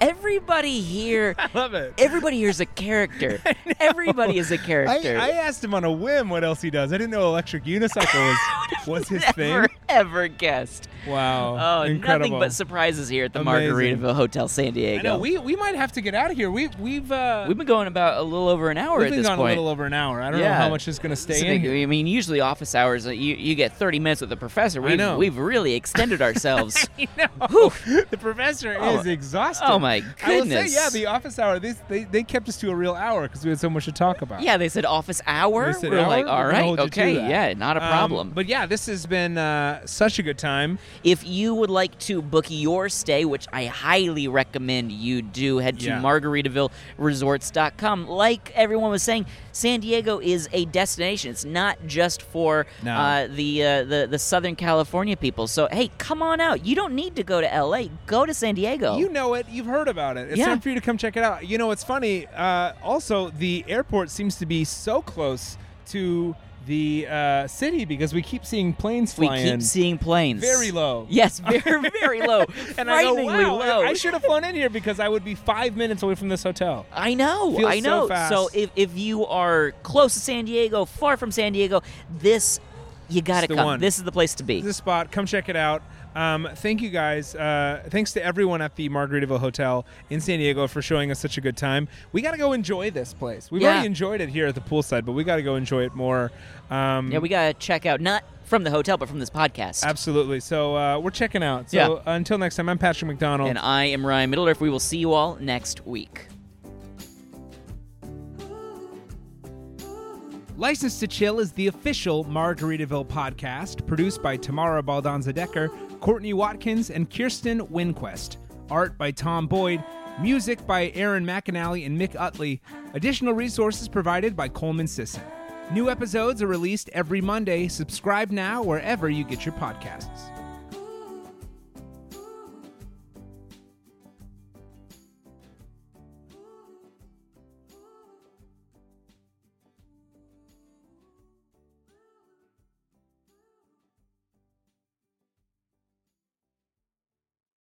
S1: Everybody here,
S2: Love it.
S1: everybody here is a character. Everybody is a
S2: I,
S1: character.
S2: I asked him on a whim what else he does. I didn't know electric unicycle was was his
S1: Never,
S2: thing.
S1: ever guessed.
S2: Wow.
S1: Oh,
S2: Incredible.
S1: nothing but surprises here at the
S2: Amazing.
S1: Margaritaville Hotel San Diego.
S2: I know we we might have to get out of here. We we've uh
S1: have been going about a little over an hour
S2: we've
S1: at
S2: been
S1: this
S2: gone
S1: point.
S2: a little over an hour. I don't know
S1: Yeah.
S2: how much is going to stay
S1: So
S2: in.
S1: they-
S2: here.
S1: I mean, usually office hours, uh, you, you get 30 minutes with the professor. We've,
S2: know.
S1: we've really extended ourselves.
S2: Oh, the professor
S1: Oh.
S2: is exhausted.
S1: oh, my
S2: I will say,
S1: goodness.
S2: yeah, the office hour. They, they, they kept us to a real hour because we had so much to talk about.
S1: Yeah, they said office hour.
S2: They said
S1: We're
S2: hour?
S1: like,
S2: We're
S1: all
S2: gonna
S1: right,
S2: hold you to
S1: okay,
S2: that.
S1: yeah, not a
S2: Um,
S1: problem.
S2: but yeah, this has been uh, such a good time.
S1: If you would like to book your stay, which I highly recommend you do, head to
S2: Yeah.
S1: margaritavilleresorts.com. Like everyone was saying, San Diego is a destination. It's not just for
S2: No.
S1: uh, the, uh, the the Southern California people. So hey, come on out. You don't need to go to L.A. Go to San Diego.
S2: You know it. You've heard about it. It's
S1: Oh. Yeah.
S2: time for you to come check it out. You know, it's funny. Uh, also, the airport seems to be so close to the uh, city because we keep seeing planes
S1: we
S2: flying.
S1: keep seeing planes
S2: very low.
S1: Yes, very very low,
S2: and I go,
S1: frighteningly
S2: wow, I-
S1: low.
S2: I should have flown in here because I would be five minutes away from this hotel.
S1: I know,
S2: Feels
S1: I
S2: so
S1: know.
S2: fast.
S1: if if you are close to San Diego, far from San Diego, this you gotta
S2: It's the
S1: come.
S2: one.
S1: This is the place to be.
S2: the spot. Come check it out. Um, thank you guys. Uh, thanks to everyone at the Margaritaville Hotel in San Diego for showing us such a good time. We got to go enjoy this place. We've
S1: Yeah.
S2: already enjoyed it here at the poolside, but we got to go enjoy it more. Um,
S1: yeah, we gotta check out not from the hotel, but from this podcast.
S2: absolutely. So uh, we're checking out. So
S1: Yeah.
S2: until next time, I'm Patrick McDonald.
S1: And I am Ryan Middledorf. We will see you all next week.
S4: License to Chill is the official Margaritaville podcast, produced by Tamara Baldanza Decker, Courtney Watkins, and Kirsten Winquest. Art by Tom Boyd. Music by Aaron McAnally and Mick Utley. Additional resources provided by Coleman Sisson. New episodes are released every Monday. Subscribe now wherever you get your podcasts.